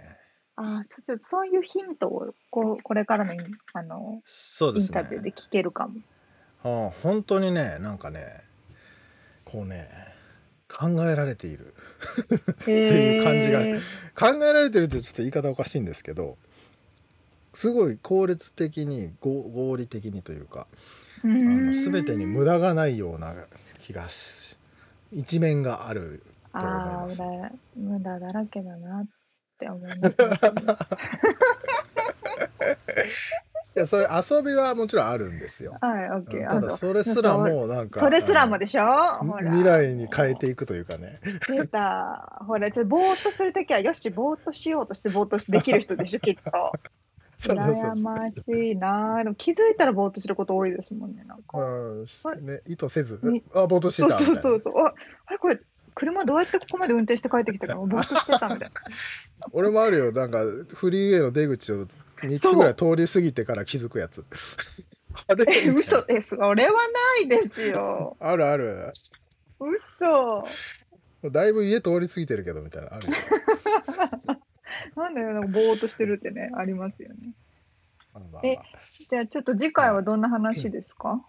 Speaker 3: ああ、そうちょっとそういうヒントをこうこれからのインあの
Speaker 1: そうで
Speaker 3: イン
Speaker 1: す
Speaker 3: タビューで
Speaker 1: ね。
Speaker 3: 聞け
Speaker 1: [LAUGHS]
Speaker 3: るかも。
Speaker 1: ああ本当にねなんかねこうね考えられている
Speaker 3: って
Speaker 1: いう感じが考えられてるってちょっと言い方おかしいんですけどすごい効率的に合合理的にというかあ
Speaker 3: あ
Speaker 1: の全てに無
Speaker 3: 駄
Speaker 1: 駄がないような気がし一面があると思い
Speaker 3: あ
Speaker 1: ま
Speaker 3: ー
Speaker 1: す
Speaker 3: 無駄無駄だらけだなっって思いますね、
Speaker 1: いやそういう遊びはもちろんあるんですよ。
Speaker 3: はい、オッケー。
Speaker 1: ただそれすらもうなんか
Speaker 3: それすらもでしょ
Speaker 1: あの
Speaker 3: ほら
Speaker 1: 未来に変えていくというかね。
Speaker 3: 出たほらちょっとぼーっとするときはよしぼーっとしようとしてぼーっとできる人でしょきっと
Speaker 1: [LAUGHS] そうそうそう
Speaker 3: 羨ましいなあでも気づいたらぼーっとすること多いですもんねなんか、
Speaker 1: うんしね、意図せず
Speaker 3: に、
Speaker 1: あ、ぼーっとしてた
Speaker 3: そ
Speaker 1: みた
Speaker 3: う
Speaker 1: いな。
Speaker 3: そうそうそうああれこれ車どうやってここまで運転して帰ってきたかぼーっとしてたみたいな
Speaker 1: 俺もあるよ、なんか、フリーウェイの出口を3つぐらい通り過ぎてから気づくやつ。あれ
Speaker 3: [LAUGHS] え嘘ですそれはないですよ
Speaker 1: あるある。
Speaker 3: 嘘
Speaker 1: だいぶ家通り過ぎてるけどみたいな。ある
Speaker 3: [LAUGHS]
Speaker 1: よ
Speaker 3: なんだよなんかぼーっとしてるってねありますよね
Speaker 1: まあまあま
Speaker 3: え
Speaker 1: あ
Speaker 3: じゃあちょっと次回はどんな話ですか、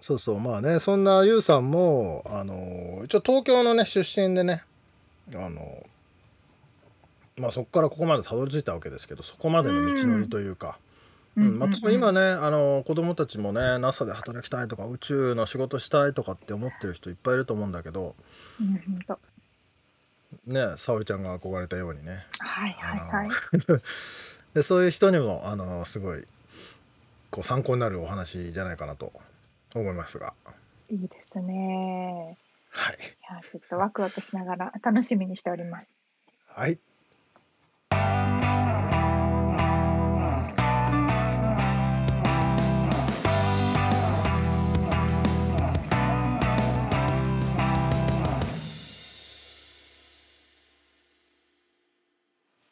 Speaker 1: そうそう、まあね、そんなゆうさんも、あの、一応東京のね、出身でね、あの、まあそこからここまでたどり着いたわけですけど、そこまでの道のりというか、
Speaker 3: うん
Speaker 1: うんまあ、多分今ねあの子供たちもね NASA で働きたいとか宇宙の仕事したいとかって思ってる人いっぱいいると思うんだけど
Speaker 3: うんほんと
Speaker 1: ね沙織ちゃんが憧れたようにね
Speaker 3: はいはいはい
Speaker 1: でそういう人にもあのすごいこう参考になるお話じゃないかなと思いますが
Speaker 3: いいですね
Speaker 1: はい、
Speaker 3: いやちょっとワクワクしながら楽しみにしております。
Speaker 1: はい、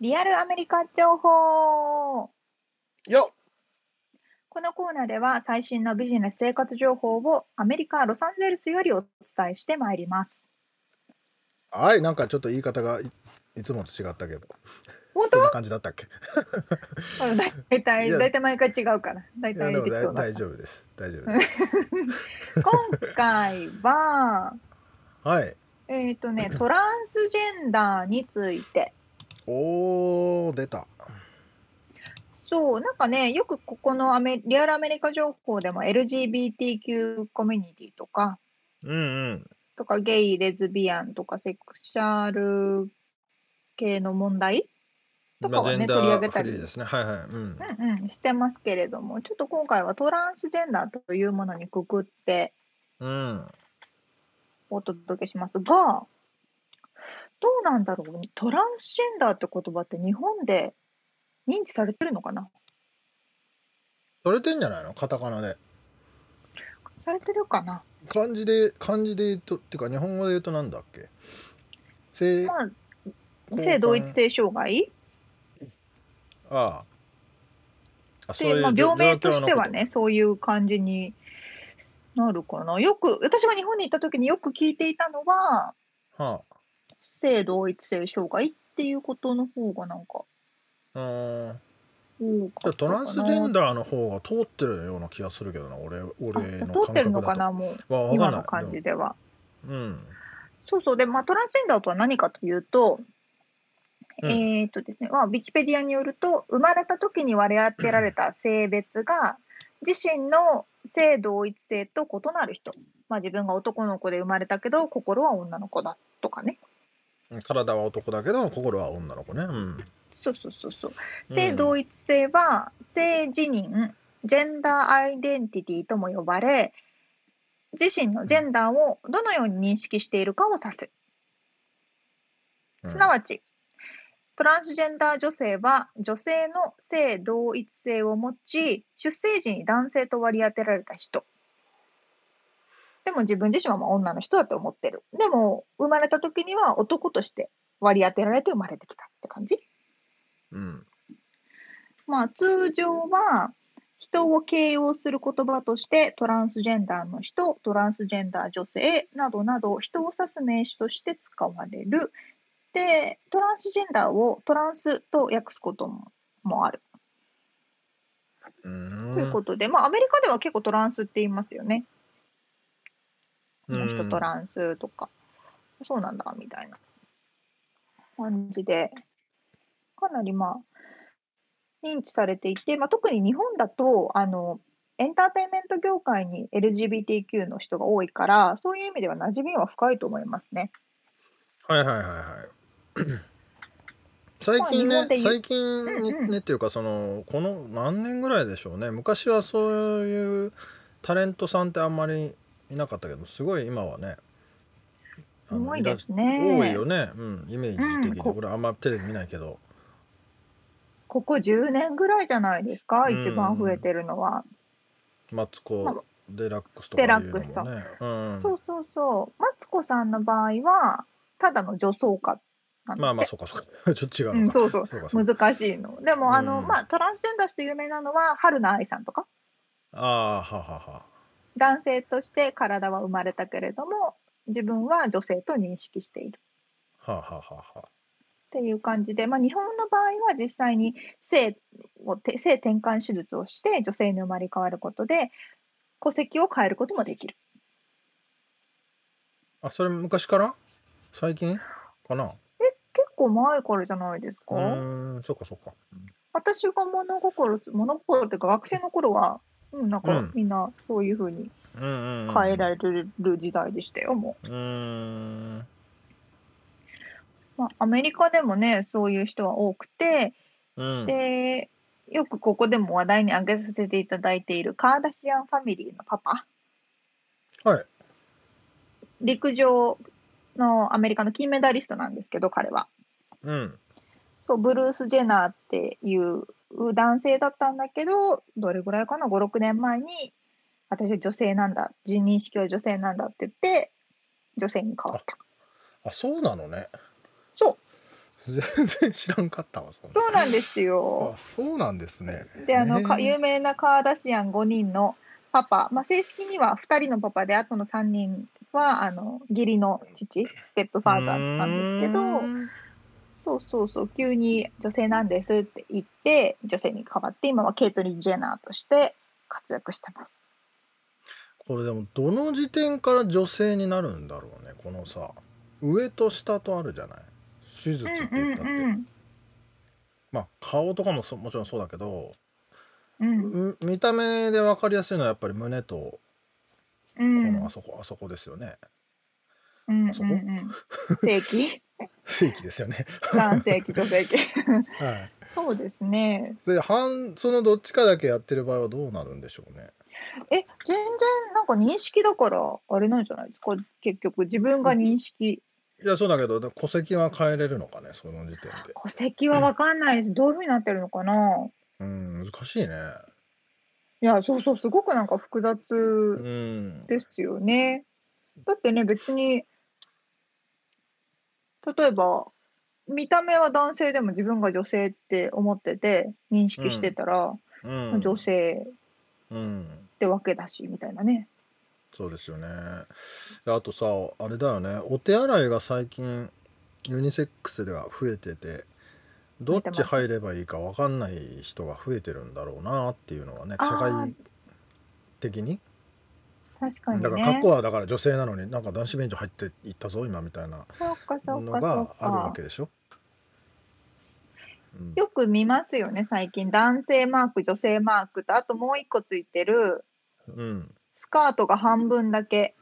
Speaker 3: リアルアメリカ情報
Speaker 1: よ
Speaker 3: このコーナーでは最新のビジネス生活情報をアメリカ・ロサンゼルスよりお伝えしてまいります。
Speaker 1: っはいなんかちょっと言い方がいいつもと違ったけど
Speaker 3: 本
Speaker 1: そん
Speaker 3: 当
Speaker 1: な感じだった
Speaker 3: [LAUGHS]
Speaker 1: っけ
Speaker 3: ほらだいた
Speaker 1: い
Speaker 3: い
Speaker 1: や
Speaker 3: だいたい毎回違うからだい
Speaker 1: い
Speaker 3: た
Speaker 1: や
Speaker 3: い
Speaker 1: でも
Speaker 3: 適
Speaker 1: だ
Speaker 3: 当
Speaker 1: い
Speaker 3: だ
Speaker 1: 大
Speaker 3: った。
Speaker 1: 丈夫です大丈夫です
Speaker 3: 今回は
Speaker 1: はい
Speaker 3: えっとねトランスジェンダーについて
Speaker 1: おー出た
Speaker 3: そうなんかねよくここのアメリアルアメリカ情報でも LGBTQ コミュニティとか
Speaker 1: うんうん
Speaker 3: とかゲイレズビアンとかセクシャル系の問題とかはね
Speaker 1: まあ
Speaker 3: 取り上げた
Speaker 1: フ
Speaker 3: り
Speaker 1: リーですねはいはいうん
Speaker 3: うんうん、してますけれどもちょっと今回はトランスジェンダーというものにくくって
Speaker 1: うん
Speaker 3: お届けしますがどうなんだろうトランスジェンダーって言葉って日本で認知されてるのかな
Speaker 1: 取れてんじゃないのカタカナで
Speaker 3: されてるかな、
Speaker 1: 漢字で漢字で言うとっていうか日本語で言うとなんだっけ性
Speaker 3: まあ、性同一性障害
Speaker 1: あああ
Speaker 3: で、まあ、
Speaker 1: 状
Speaker 3: 病名として
Speaker 1: 状
Speaker 3: は、
Speaker 1: 況の
Speaker 3: ねそういう感じになるかなよく私が日本に行った時によく聞いていたのは
Speaker 1: ことは
Speaker 3: 性同一性障害っていうことの方がなんか
Speaker 1: あ、うん
Speaker 3: 多
Speaker 1: じ
Speaker 3: か
Speaker 1: ゃ
Speaker 3: っ
Speaker 1: あトラ
Speaker 3: たか
Speaker 1: ン
Speaker 3: な
Speaker 1: スジェンダーの方が通ってるような気がするけどな俺
Speaker 3: あ
Speaker 1: 俺
Speaker 3: じゃ
Speaker 1: の
Speaker 3: あ通ってるのか
Speaker 1: 感
Speaker 3: なもう
Speaker 1: 覚だとわわか
Speaker 3: 今
Speaker 1: んない
Speaker 3: の感じでは
Speaker 1: うん
Speaker 3: そうそうで、まあ、トランスジェンダーとは何かというと、
Speaker 1: うん
Speaker 3: えーっとですね、まあ、ウィキペディアによると生まれた時に割り当てられた性別が自身の性同一性と異なる人、まあ、自分が男の子で生まれたけど心は女の子だとかね
Speaker 1: うん体は男だけど心は女の子ねうん
Speaker 3: そうそうそうそう
Speaker 1: うん
Speaker 3: 性同一性は性自認ジェンダーアイデンティティとも呼ばれ自身のジェンダーをどのように認識しているかを指すすなわちトランスジェンダー女性は女性の性同一性を持ち出生時に男性と割り当てられた人でも自分自身はまあ女の人だと思ってるでも生まれた時には男として割り当てられて生まれてきたって感じ
Speaker 1: うん
Speaker 3: まあ、通常は人を形容する言葉としてトランスジェンダーの人トランスジェンダー女性などなど人を指す名詞として使われるでトランスジェンダーをトランスと訳すことももある
Speaker 1: うん
Speaker 3: ということで、まあ、アメリカでは結構トランスって言いますよね。この人トランスとか、そうなんだみたいな感じでかなりまあ認知されていて、まあ、特に日本だとあのエンターテインメント業界に LGBTQ の人が多いからそういう意味では馴染みは深いと思いますね。
Speaker 1: はいはいはいはい最近
Speaker 3: まあ
Speaker 1: ね
Speaker 3: 日本で、言う
Speaker 1: 最近ね,、
Speaker 3: うんうん
Speaker 1: ねっていうかそのこの何年ぐらいでしょうね昔はそういうタレントさんってあんまりいなかったけどすごい今はねあの
Speaker 3: 多いです
Speaker 1: ら
Speaker 3: ね。
Speaker 1: 多いよね、うん、イメージ的に、
Speaker 3: うんこ
Speaker 1: 俺あんまテレビ見ないけど
Speaker 3: ここ10年ぐらいじゃないですか、
Speaker 1: うん
Speaker 3: 一番増えてるのは。
Speaker 1: マツ
Speaker 3: まあ
Speaker 1: コ・デラックスとかいうのもね
Speaker 3: デラッ
Speaker 1: うん、
Speaker 3: そうそうそう。マツコさんの場合は、ただの女装家なんです
Speaker 1: まあまあ
Speaker 3: って
Speaker 1: そうかそうか [LAUGHS] ちょっと違う
Speaker 3: う
Speaker 1: の
Speaker 3: ん、
Speaker 1: か、
Speaker 3: そうそう。
Speaker 1: そうかそうか
Speaker 3: 難しいの。でも、あの、
Speaker 1: うん
Speaker 3: まあ、トランスジェンダーして有名なのは、春菜愛さんとか、
Speaker 1: ああははは
Speaker 3: 男性として体は生まれたけれども、自分は女性と認識している
Speaker 1: はははは
Speaker 3: っていう感じで、まあ、日本の場合は実際に性をて性転換手術をして女性に生まれ変わることで戸籍を変えることもできる。
Speaker 1: あそれ昔から最近かな
Speaker 3: 結構前からじゃないです
Speaker 1: う
Speaker 3: か。
Speaker 1: ーんそうかそうか
Speaker 3: 私が物心つ物心っていうか学生の頃は、うん、なん
Speaker 1: う
Speaker 3: か
Speaker 1: ん
Speaker 3: みんなそういうふうに
Speaker 1: うんうん、うん、
Speaker 3: 変えられる時代でしたよ、も
Speaker 1: うーん
Speaker 3: う、まあ、アメリカでもねそういう人は多くて、
Speaker 1: うん
Speaker 3: でよくここでも話題に挙げさせていただいているカーダシアンファミリーのパパ
Speaker 1: はい
Speaker 3: 陸上のアメリカの金メダリストなんですけど彼は
Speaker 1: うん
Speaker 3: そうブルース・ジェナーっていう男性だったんだけどどれぐらいかな56年前に私は女性なんだ自認識は女性なんだって言って女性に変わった
Speaker 1: あそうなのね
Speaker 3: そう
Speaker 1: 全然知らんかったわそんな
Speaker 3: そうなんですよ
Speaker 1: あそうなんですね
Speaker 3: であのか
Speaker 1: へえ
Speaker 3: 有名なカーダシアン5人のパパ、まあ、正式には2人のパパであとの3人はあの義理の父ステップファーザーなんですけ
Speaker 1: う
Speaker 3: ど
Speaker 1: ーん
Speaker 3: そうそうそう急に女性なんですって言って女性に変わって今はケイトリン・ジェナーとして活躍してます
Speaker 1: これでもどの時点から女性になるんだろうねこのさ上と下とあるじゃない手術って言ったって、まあ顔とかもそもちろんそうだけど、
Speaker 3: うん
Speaker 1: う見た目で分かりやすいのはやっぱり胸と
Speaker 3: う
Speaker 1: こ
Speaker 3: ん
Speaker 1: のあそこ、あそこですよ
Speaker 3: [LAUGHS]
Speaker 1: ね
Speaker 3: うん
Speaker 1: あそこ
Speaker 3: うんうん正規
Speaker 1: 正規ですよね
Speaker 3: 男性器女性器
Speaker 1: はい
Speaker 3: [LAUGHS] そうですね
Speaker 1: それで半そのどっちかだけやってる場合はどうなるんでしょうね
Speaker 3: え全然なんか認識だからあれなんじゃないですか結局自分が認識
Speaker 1: いやそうだけど戸籍は変えれるのかねその時点で
Speaker 3: 戸籍は分かんないですどういうふうになってるのかな
Speaker 1: うん難しいね
Speaker 3: いやそうそうすごくなんか複
Speaker 1: う
Speaker 3: 雑
Speaker 1: ん
Speaker 3: ですよねだってね別に例えば見た目は男性でも自分が女性って思ってて認識してたら、
Speaker 1: うん
Speaker 3: 女性
Speaker 1: うん
Speaker 3: ってわけだしみたいなね
Speaker 1: そうですよねであとさあれだよねお手洗いが最近ユニセックスでは増えててどっち入ればいいか分かんない人が増えてるんだろうなっていうのはね
Speaker 3: あ
Speaker 1: 社
Speaker 3: ー
Speaker 1: 会的に
Speaker 3: 確かに
Speaker 1: だ
Speaker 3: ね
Speaker 1: から過去はだから女性なのになんか男子便所入っていったぞ今みたいな
Speaker 3: そうかそう
Speaker 1: の
Speaker 3: かそう
Speaker 1: が
Speaker 3: か
Speaker 1: あるわけでしょ、うん、
Speaker 3: よく見ますよね最近男性マーク女性マークとあともう一個ついてる
Speaker 1: うん、
Speaker 3: スカートが半分だけ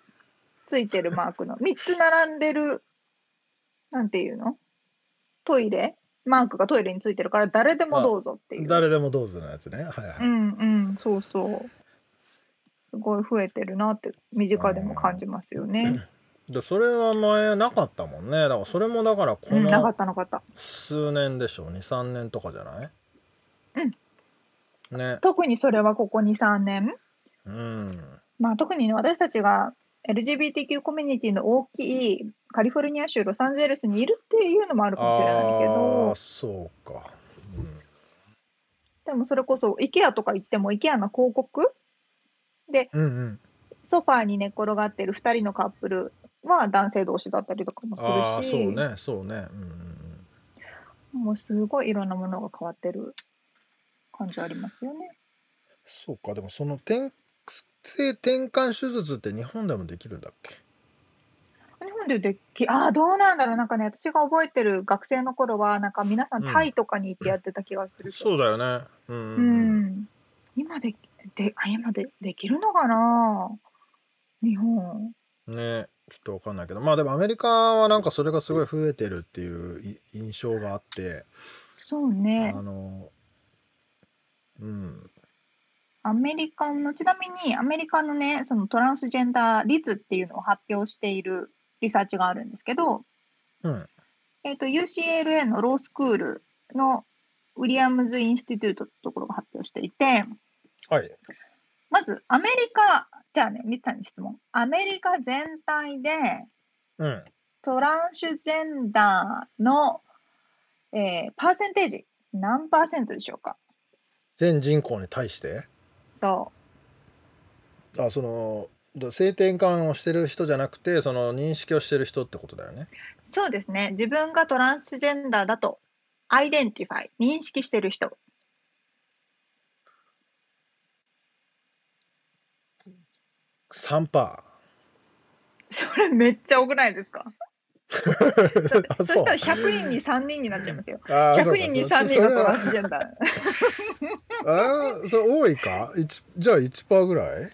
Speaker 3: ついてるマークの3つ並んでるなんていうのトイレマークがトイレについてるから誰でもどうぞっていう。
Speaker 1: 誰でもどうぞのやつねはいはい、
Speaker 3: うんうんそうそう。すごい増えてるなって身近でも感じますよね。
Speaker 1: でそれは前なかったもんねだからそれもだからこ
Speaker 3: うん、なか
Speaker 1: の
Speaker 3: ったなかった。
Speaker 1: 数年でしょ23年とかじゃないうんね
Speaker 3: 特にそれはここ2、3年。
Speaker 1: うん
Speaker 3: まあ、特にね私たちが LGBTQ コミュニティの大きいカリフォルニア州ロサンゼルスにいるっていうのもあるかもしれないけ
Speaker 1: ああ
Speaker 3: ど
Speaker 1: そうか、
Speaker 3: でもそれこそ IKEA とか行っても IKEA の広告
Speaker 1: うん、うんうん
Speaker 3: ソファーに寝っ転がってる2人のカップルは男性同士だったりとかも
Speaker 1: ああ
Speaker 3: するし
Speaker 1: そうねそうねうんうんうん
Speaker 3: もうすごいいろんなものが変わってる感じありますよね。
Speaker 1: そうかでもその転性転換手術って日本でもできるんだっけ
Speaker 3: 日本でできああどうなんだろうなんかね私が覚えてる学生の頃はなんか皆さんタイとかに行ってやってた気がするけど
Speaker 1: そうだよねうん
Speaker 3: う、ん、今でであ今でできるのかな日本
Speaker 1: うん、ねちょっとわかんないけど、まあでもアメリカはなんかそれがすごい増えてるっていうい印象があって、
Speaker 3: そうね
Speaker 1: あ。の、うん、
Speaker 3: アメリカの、ちなみにアメリカのね、そのトランスジェンダー率っていうのを発表しているリサーチがあるんですけど、
Speaker 1: うん、
Speaker 3: えっ、と、UCLA のロースクールのウィリアムズ・インスティテュートってところが発表していて、
Speaker 1: はい、
Speaker 3: まずアメリカ、じゃあね、ミツさんに質問。アメリカ全体で
Speaker 1: うん、
Speaker 3: トランスジェンダーの、えーパーセンテージ、何パーセントでしょうか
Speaker 1: 全人口に対して、
Speaker 3: そ
Speaker 1: あ、その、だ性転換をしてる人じゃなくて、その認識をしてる人ってことだよね。
Speaker 3: う。そうですね。自分がトランスジェンダーだと、アイデンティファイ、認識してる人。
Speaker 1: 3%パ
Speaker 3: それめっちゃ多くないですか [LAUGHS] だって
Speaker 1: あそう
Speaker 3: そしたら100人に3人になっちゃいますよ。
Speaker 1: ー。あー
Speaker 3: 100人に3人がトランスジェンダー。
Speaker 1: ああ、それ多いか一じゃあ1%パーぐらい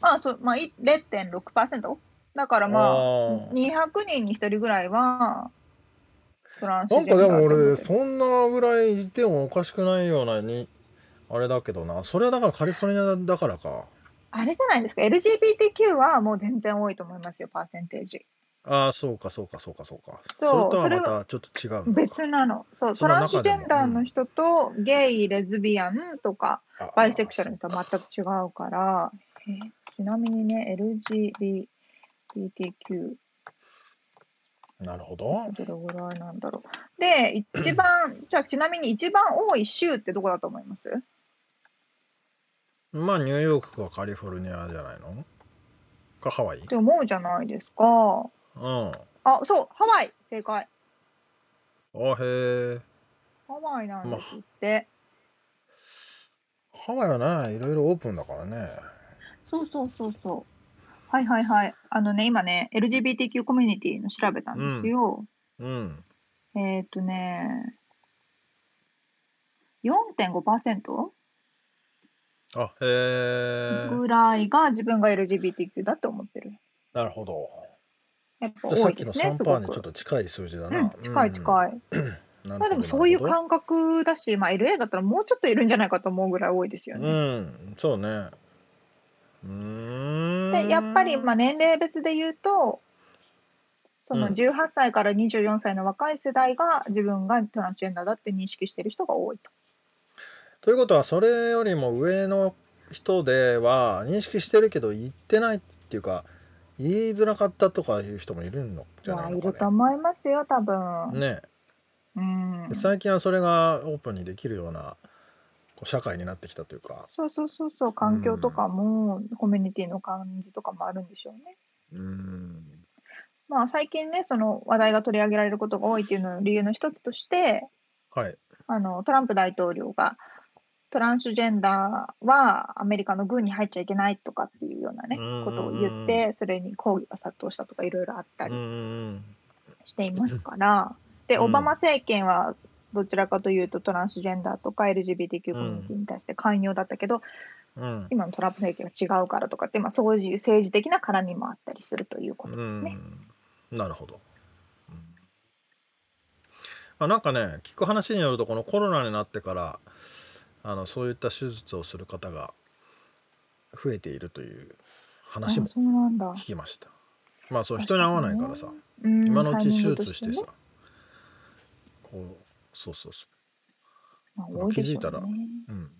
Speaker 3: まあそう、まあ、い0.6%だからま
Speaker 1: あ
Speaker 3: あ
Speaker 1: ー
Speaker 3: 200人に1人ぐらいはトランスジ
Speaker 1: なん
Speaker 3: ェンダ
Speaker 1: かで
Speaker 3: ーだと
Speaker 1: も
Speaker 3: 思ってる
Speaker 1: 俺、そんなぐらいいてもおかしくないようなに、あれだけどな。それはだからカリフォルニアだからか。
Speaker 3: あれじゃないですか LGBTQ はもう全然多いと思いますよパーセンテージ
Speaker 1: ああ、そうか、そうか、そうか、そうか。
Speaker 3: そう
Speaker 1: そ
Speaker 3: そ
Speaker 1: れ
Speaker 3: れ
Speaker 1: とは
Speaker 3: は
Speaker 1: またちょっと違うのか。
Speaker 3: 別なのそう
Speaker 1: そ
Speaker 3: ト
Speaker 1: の
Speaker 3: ランス
Speaker 1: 中
Speaker 3: ジ
Speaker 1: でも
Speaker 3: ェンダーの人とゲイレズビアンとか
Speaker 1: あ
Speaker 3: バイセクシャルの人は全く違うからえーちなみにね LGBTQ
Speaker 1: なるほど。
Speaker 3: どれぐらいなんだろうで一
Speaker 1: [CLEARS THROAT]
Speaker 3: 番じゃあちなみに一番多い州ってどこだと思います
Speaker 1: まあ、ニューヨークかカリフォルニアじゃないのか、ハワイ。う
Speaker 3: って思うじゃないですか。
Speaker 1: ん。あ
Speaker 3: あ、そう、ハワイ、正解。
Speaker 1: へえ。
Speaker 3: ハワイなんですって。
Speaker 1: ハワイはね、いろいろオープンだからね。
Speaker 3: そうそうそうそう。はいはいはい。あのね、今ね、LGBTQ コミュニティの調べたんですよ。
Speaker 1: うん。
Speaker 3: えーっ、とね、4.5%
Speaker 1: あへえ。
Speaker 3: ぐらいが自分が LGBTQ だって思ってる。
Speaker 1: なるほど。
Speaker 3: やっぱ
Speaker 1: じゃあさ
Speaker 3: 多
Speaker 1: っ
Speaker 3: い
Speaker 1: き
Speaker 3: で
Speaker 1: の
Speaker 3: すね、
Speaker 1: 3%
Speaker 3: す
Speaker 1: パーに
Speaker 3: ご
Speaker 1: ちょっ
Speaker 3: く。
Speaker 1: と近い数字だ
Speaker 3: う
Speaker 1: な。
Speaker 3: ん、近い近い。
Speaker 1: い。なるほど
Speaker 3: まあでもそういう
Speaker 1: なる
Speaker 3: 感覚だし、まあ LA だったらもうちょっといるんじゃないかと思うぐらい多いですよ
Speaker 1: ほ
Speaker 3: ね。
Speaker 1: どうん、そうね。うーん。
Speaker 3: でやっぱりまあ年齢別で言うとその
Speaker 1: うん
Speaker 3: 18歳から24歳の若い世代が自分がトランスジェンダーだって認識してる人が多いと。
Speaker 1: ということはそれよりも上の人では認識してるけど言ってないっていうか言いづらかったとかいう人もいるの
Speaker 3: い
Speaker 1: じゃな
Speaker 3: や
Speaker 1: い
Speaker 3: い
Speaker 1: の
Speaker 3: る
Speaker 1: か
Speaker 3: と思いますよ多
Speaker 1: ね
Speaker 3: 分。
Speaker 1: ね
Speaker 3: うん
Speaker 1: で。最近はそれがオープンにできるようなこう社会になってきたというか
Speaker 3: そうそうそうそう環境とかもコミュニティの感じとかもあるんでしょうね。
Speaker 1: うーん
Speaker 3: まあ最近ねその話題が取り上げられることが多いっていうのの理由の一つとして
Speaker 1: はい
Speaker 3: あのトランプ大統領がトランスジェンダーはアメリカの軍に入っちゃいけないとかっていうようなね
Speaker 1: うんうんうん
Speaker 3: ことを言ってそれに抗議が殺到したとかいろいろあった
Speaker 1: うー
Speaker 3: り
Speaker 1: ん
Speaker 3: しています
Speaker 1: [LAUGHS]
Speaker 3: からで
Speaker 1: うん
Speaker 3: オバマ政権はどちらかというとトランスジェンダーとか LGBTQ コミュニティに対して寛容だったけど
Speaker 1: うん
Speaker 3: 今のトランプ政権が違うからとかってまあそういう政治的な絡みもあったりするということですね。
Speaker 1: うん、なるほど、うんまあ、なんかね聞く話によるとこのコロナになってからあのそういった手術をする方が増えているという
Speaker 3: あ
Speaker 1: 話も
Speaker 3: そうなんだ
Speaker 1: 聞きましたまあそう人に会わないからさ、
Speaker 3: うん
Speaker 1: 今のう
Speaker 3: タイ
Speaker 1: ち
Speaker 3: ミン
Speaker 1: 手
Speaker 3: グと
Speaker 1: 術してさ
Speaker 3: ね
Speaker 1: こうそうそうそ
Speaker 3: まあ多いでしょうね
Speaker 1: 気づいたらううん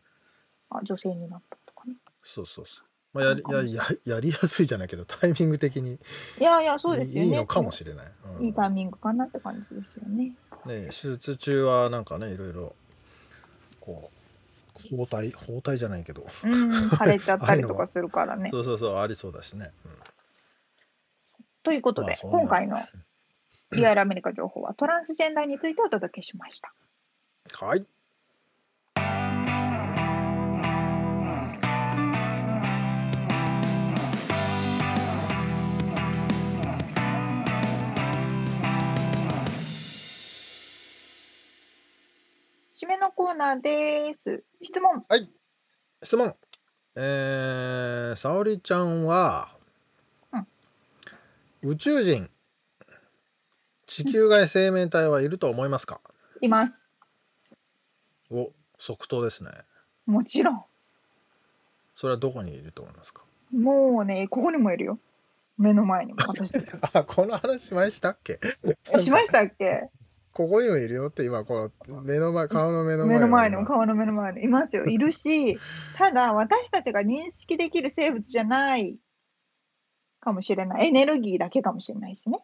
Speaker 3: あ女性になったとかね。
Speaker 1: そうそうそうまあやりやりや [LAUGHS] やりやすいじゃないけどタイミング的に
Speaker 3: いやいや、そうですよね。
Speaker 1: いいのかもしれない、うん
Speaker 3: いいタイミングかなって感じですよね。
Speaker 1: ね、手術中はなんかねいろいろこう包帯包帯じゃないけど
Speaker 3: うん、腫れちゃったりとかするからね。
Speaker 1: そうそうそうありそうだしね、うん
Speaker 3: ということ
Speaker 1: まあ
Speaker 3: で、
Speaker 1: そんな
Speaker 3: 今回のリアルアメリカ情報はトランスジェンダーについてお届けしました。
Speaker 1: はい
Speaker 3: 締めのコーナーです。質問。
Speaker 1: 質問えー、沙織ちゃんは、
Speaker 3: うん
Speaker 1: 宇宙人地球外生命体はいると思いますか
Speaker 3: います。
Speaker 1: お即答ですね
Speaker 3: もちろん。
Speaker 1: それはどこにいると思いますか
Speaker 3: もうね、ここにもいるよ。目の前にも
Speaker 1: [LAUGHS]
Speaker 3: 私たち。
Speaker 1: あこの話前したっけ
Speaker 3: えしましたっけ
Speaker 1: ここにもいるよって今この目の前顔の目の前
Speaker 3: 目の前にも
Speaker 1: 今
Speaker 3: 川の目の前にもいま
Speaker 1: [LAUGHS]
Speaker 3: すよ。いるし、ただ私たちが認識できる生物じゃないかもしれない。エネルギーだけかもしれないしね。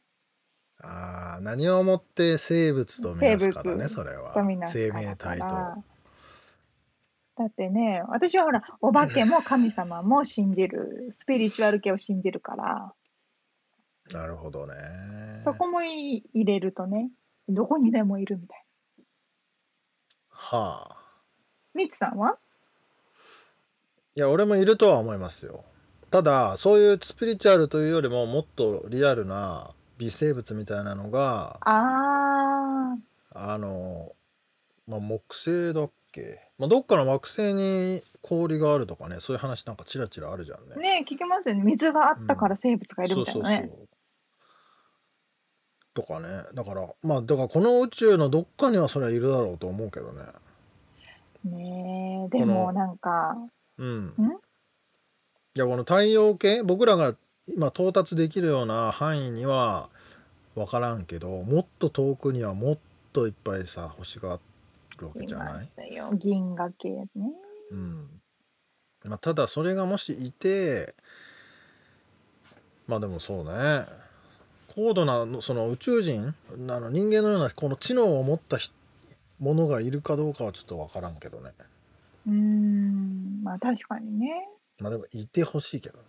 Speaker 1: あー何をもって生物と見なすからね
Speaker 3: 生物
Speaker 1: それは
Speaker 3: とみんな
Speaker 1: 生命体と
Speaker 3: だってね、私はほら、お化けも神様も信じる、スピリチュアル系を信じるから、
Speaker 1: なるほどね
Speaker 3: そこもい入れるとね、どこにでもいるみたい
Speaker 1: はあ
Speaker 3: な。ミツさんはい
Speaker 1: や俺もいるとは思いますよただそういうスピリチュアルというよりももっとリアルな微生物みたいなのが
Speaker 3: あ
Speaker 1: あの、まあ、木星だっけ、まあ、どっかの惑星に氷があるとかねそういう話なんかちらちらあるじゃんね
Speaker 3: ー、ね聞きますよね。水があったから生物がいる
Speaker 1: そう
Speaker 3: みたい
Speaker 1: そう
Speaker 3: な
Speaker 1: そ
Speaker 3: ね。
Speaker 1: うとかねだからまあだからこの宇宙のどっかにはそれはいるだろうと思うけどね
Speaker 3: ねえで
Speaker 1: この
Speaker 3: もなんか、
Speaker 1: うんいやこの太陽系僕らが今到達できるような範囲には分からんけどもっと遠くにはもっといっぱいさ星があるわけ
Speaker 3: い
Speaker 1: じゃな
Speaker 3: ま
Speaker 1: い、
Speaker 3: すよ。銀河系ね。
Speaker 1: うんまあ、ただそれがもしいてまあでもそうね高度なのその宇宙人あの人間のようなこの知能を持ったひものがいるかどうかはちょっと分からんけどね
Speaker 3: うーん、まあ確かにね。
Speaker 1: まあでもいてほしいけどね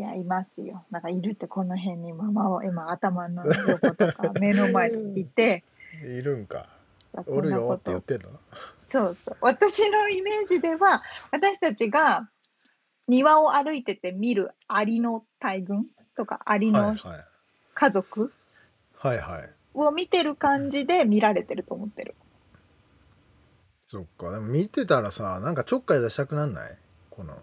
Speaker 3: いや、いますよ。なんかいるってこの辺に今、まあ、今頭の横と
Speaker 1: [LAUGHS]
Speaker 3: か目の前とかいて、
Speaker 1: いるんか
Speaker 3: こ
Speaker 1: お
Speaker 3: ん
Speaker 1: る
Speaker 3: な
Speaker 1: よ
Speaker 3: こ
Speaker 1: って言って
Speaker 3: と。
Speaker 1: んの
Speaker 3: そうそう。私のイメージでは、私たちが庭を歩いてて見るアリの大群とか、アリ
Speaker 1: はい
Speaker 3: の
Speaker 1: はい
Speaker 3: 家族
Speaker 1: はいはい
Speaker 3: を見てる感じで見られてると思ってる。
Speaker 1: そっかでも見てたらさなんかちょっかい出したくなんないこの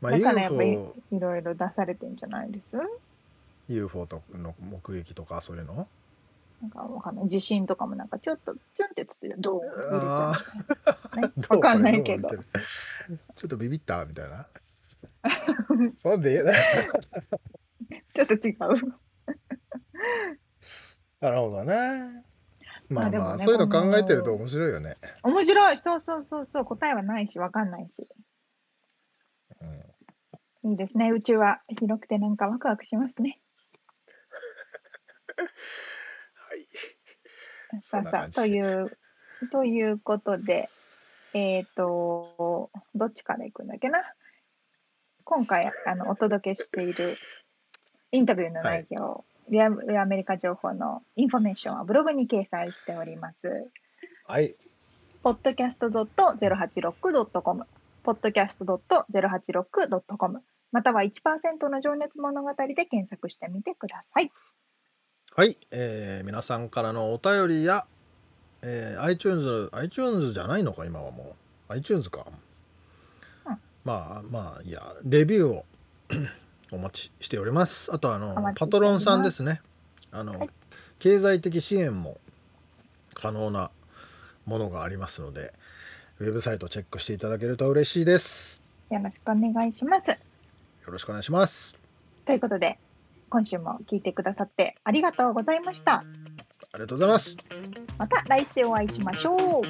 Speaker 1: まあ
Speaker 3: だからやっぱり
Speaker 1: UFO
Speaker 3: いろいろ出されてんじゃないです
Speaker 1: UFO との目撃とかそういうの
Speaker 3: なんかわかんない地震とかもなんかちょっとチュンってつついてドーンって入れちゃ
Speaker 1: あ、
Speaker 3: う、ね
Speaker 1: ど
Speaker 3: わ
Speaker 1: う
Speaker 3: かんないけど
Speaker 1: これう見てるちょっとビビったみたいなそうで言えない
Speaker 3: ちょっと違う
Speaker 1: なるほどねまあ
Speaker 3: まあで
Speaker 1: ま
Speaker 3: も
Speaker 1: あ、
Speaker 3: ね
Speaker 1: そういうの考えてると面白いよね、
Speaker 3: 面白いそうそうそうそう答えはないしわかんないし
Speaker 1: うん、
Speaker 3: いいですね宇宙は広くてなんかワクワクしますね
Speaker 1: はいそ
Speaker 3: さ
Speaker 1: ん
Speaker 3: あ
Speaker 1: な
Speaker 3: さ
Speaker 1: 感
Speaker 3: あ
Speaker 1: じ
Speaker 3: というということでえっ、とどっちから行くんだっけな今回あのお届けしているインタビューの内容、リアルアメリカ情報のインフォメーションはブログに掲載しております。
Speaker 1: はい、
Speaker 3: podcast.086.com podcast.086.com または1%の情熱物語で検索してみてください。
Speaker 1: はいえー皆さんからのお便りや、えー iTunes iTunes じゃないのか今はもう iTunes か、
Speaker 3: うん
Speaker 1: まあまあいやレビューを [CLEARS THROAT] お待ちしておりますあとあ
Speaker 3: お
Speaker 1: の
Speaker 3: 待ちして
Speaker 1: パ
Speaker 3: おります
Speaker 1: トロンさんですねあの、
Speaker 3: はい
Speaker 1: 経済的支援も可能なものがありますのでウェブサイトチェックしていただけると嬉しいです
Speaker 3: よろしくお願いします。
Speaker 1: よろしくお願いします
Speaker 3: ということで、今週も聞いてくださってありがとうございまし
Speaker 1: あ
Speaker 3: た。
Speaker 1: りがとうございます
Speaker 3: また来週お会いしましょう。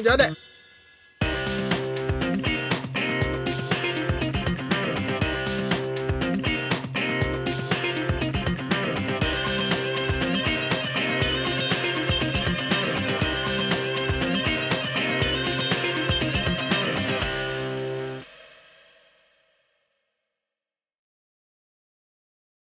Speaker 1: んじゃあね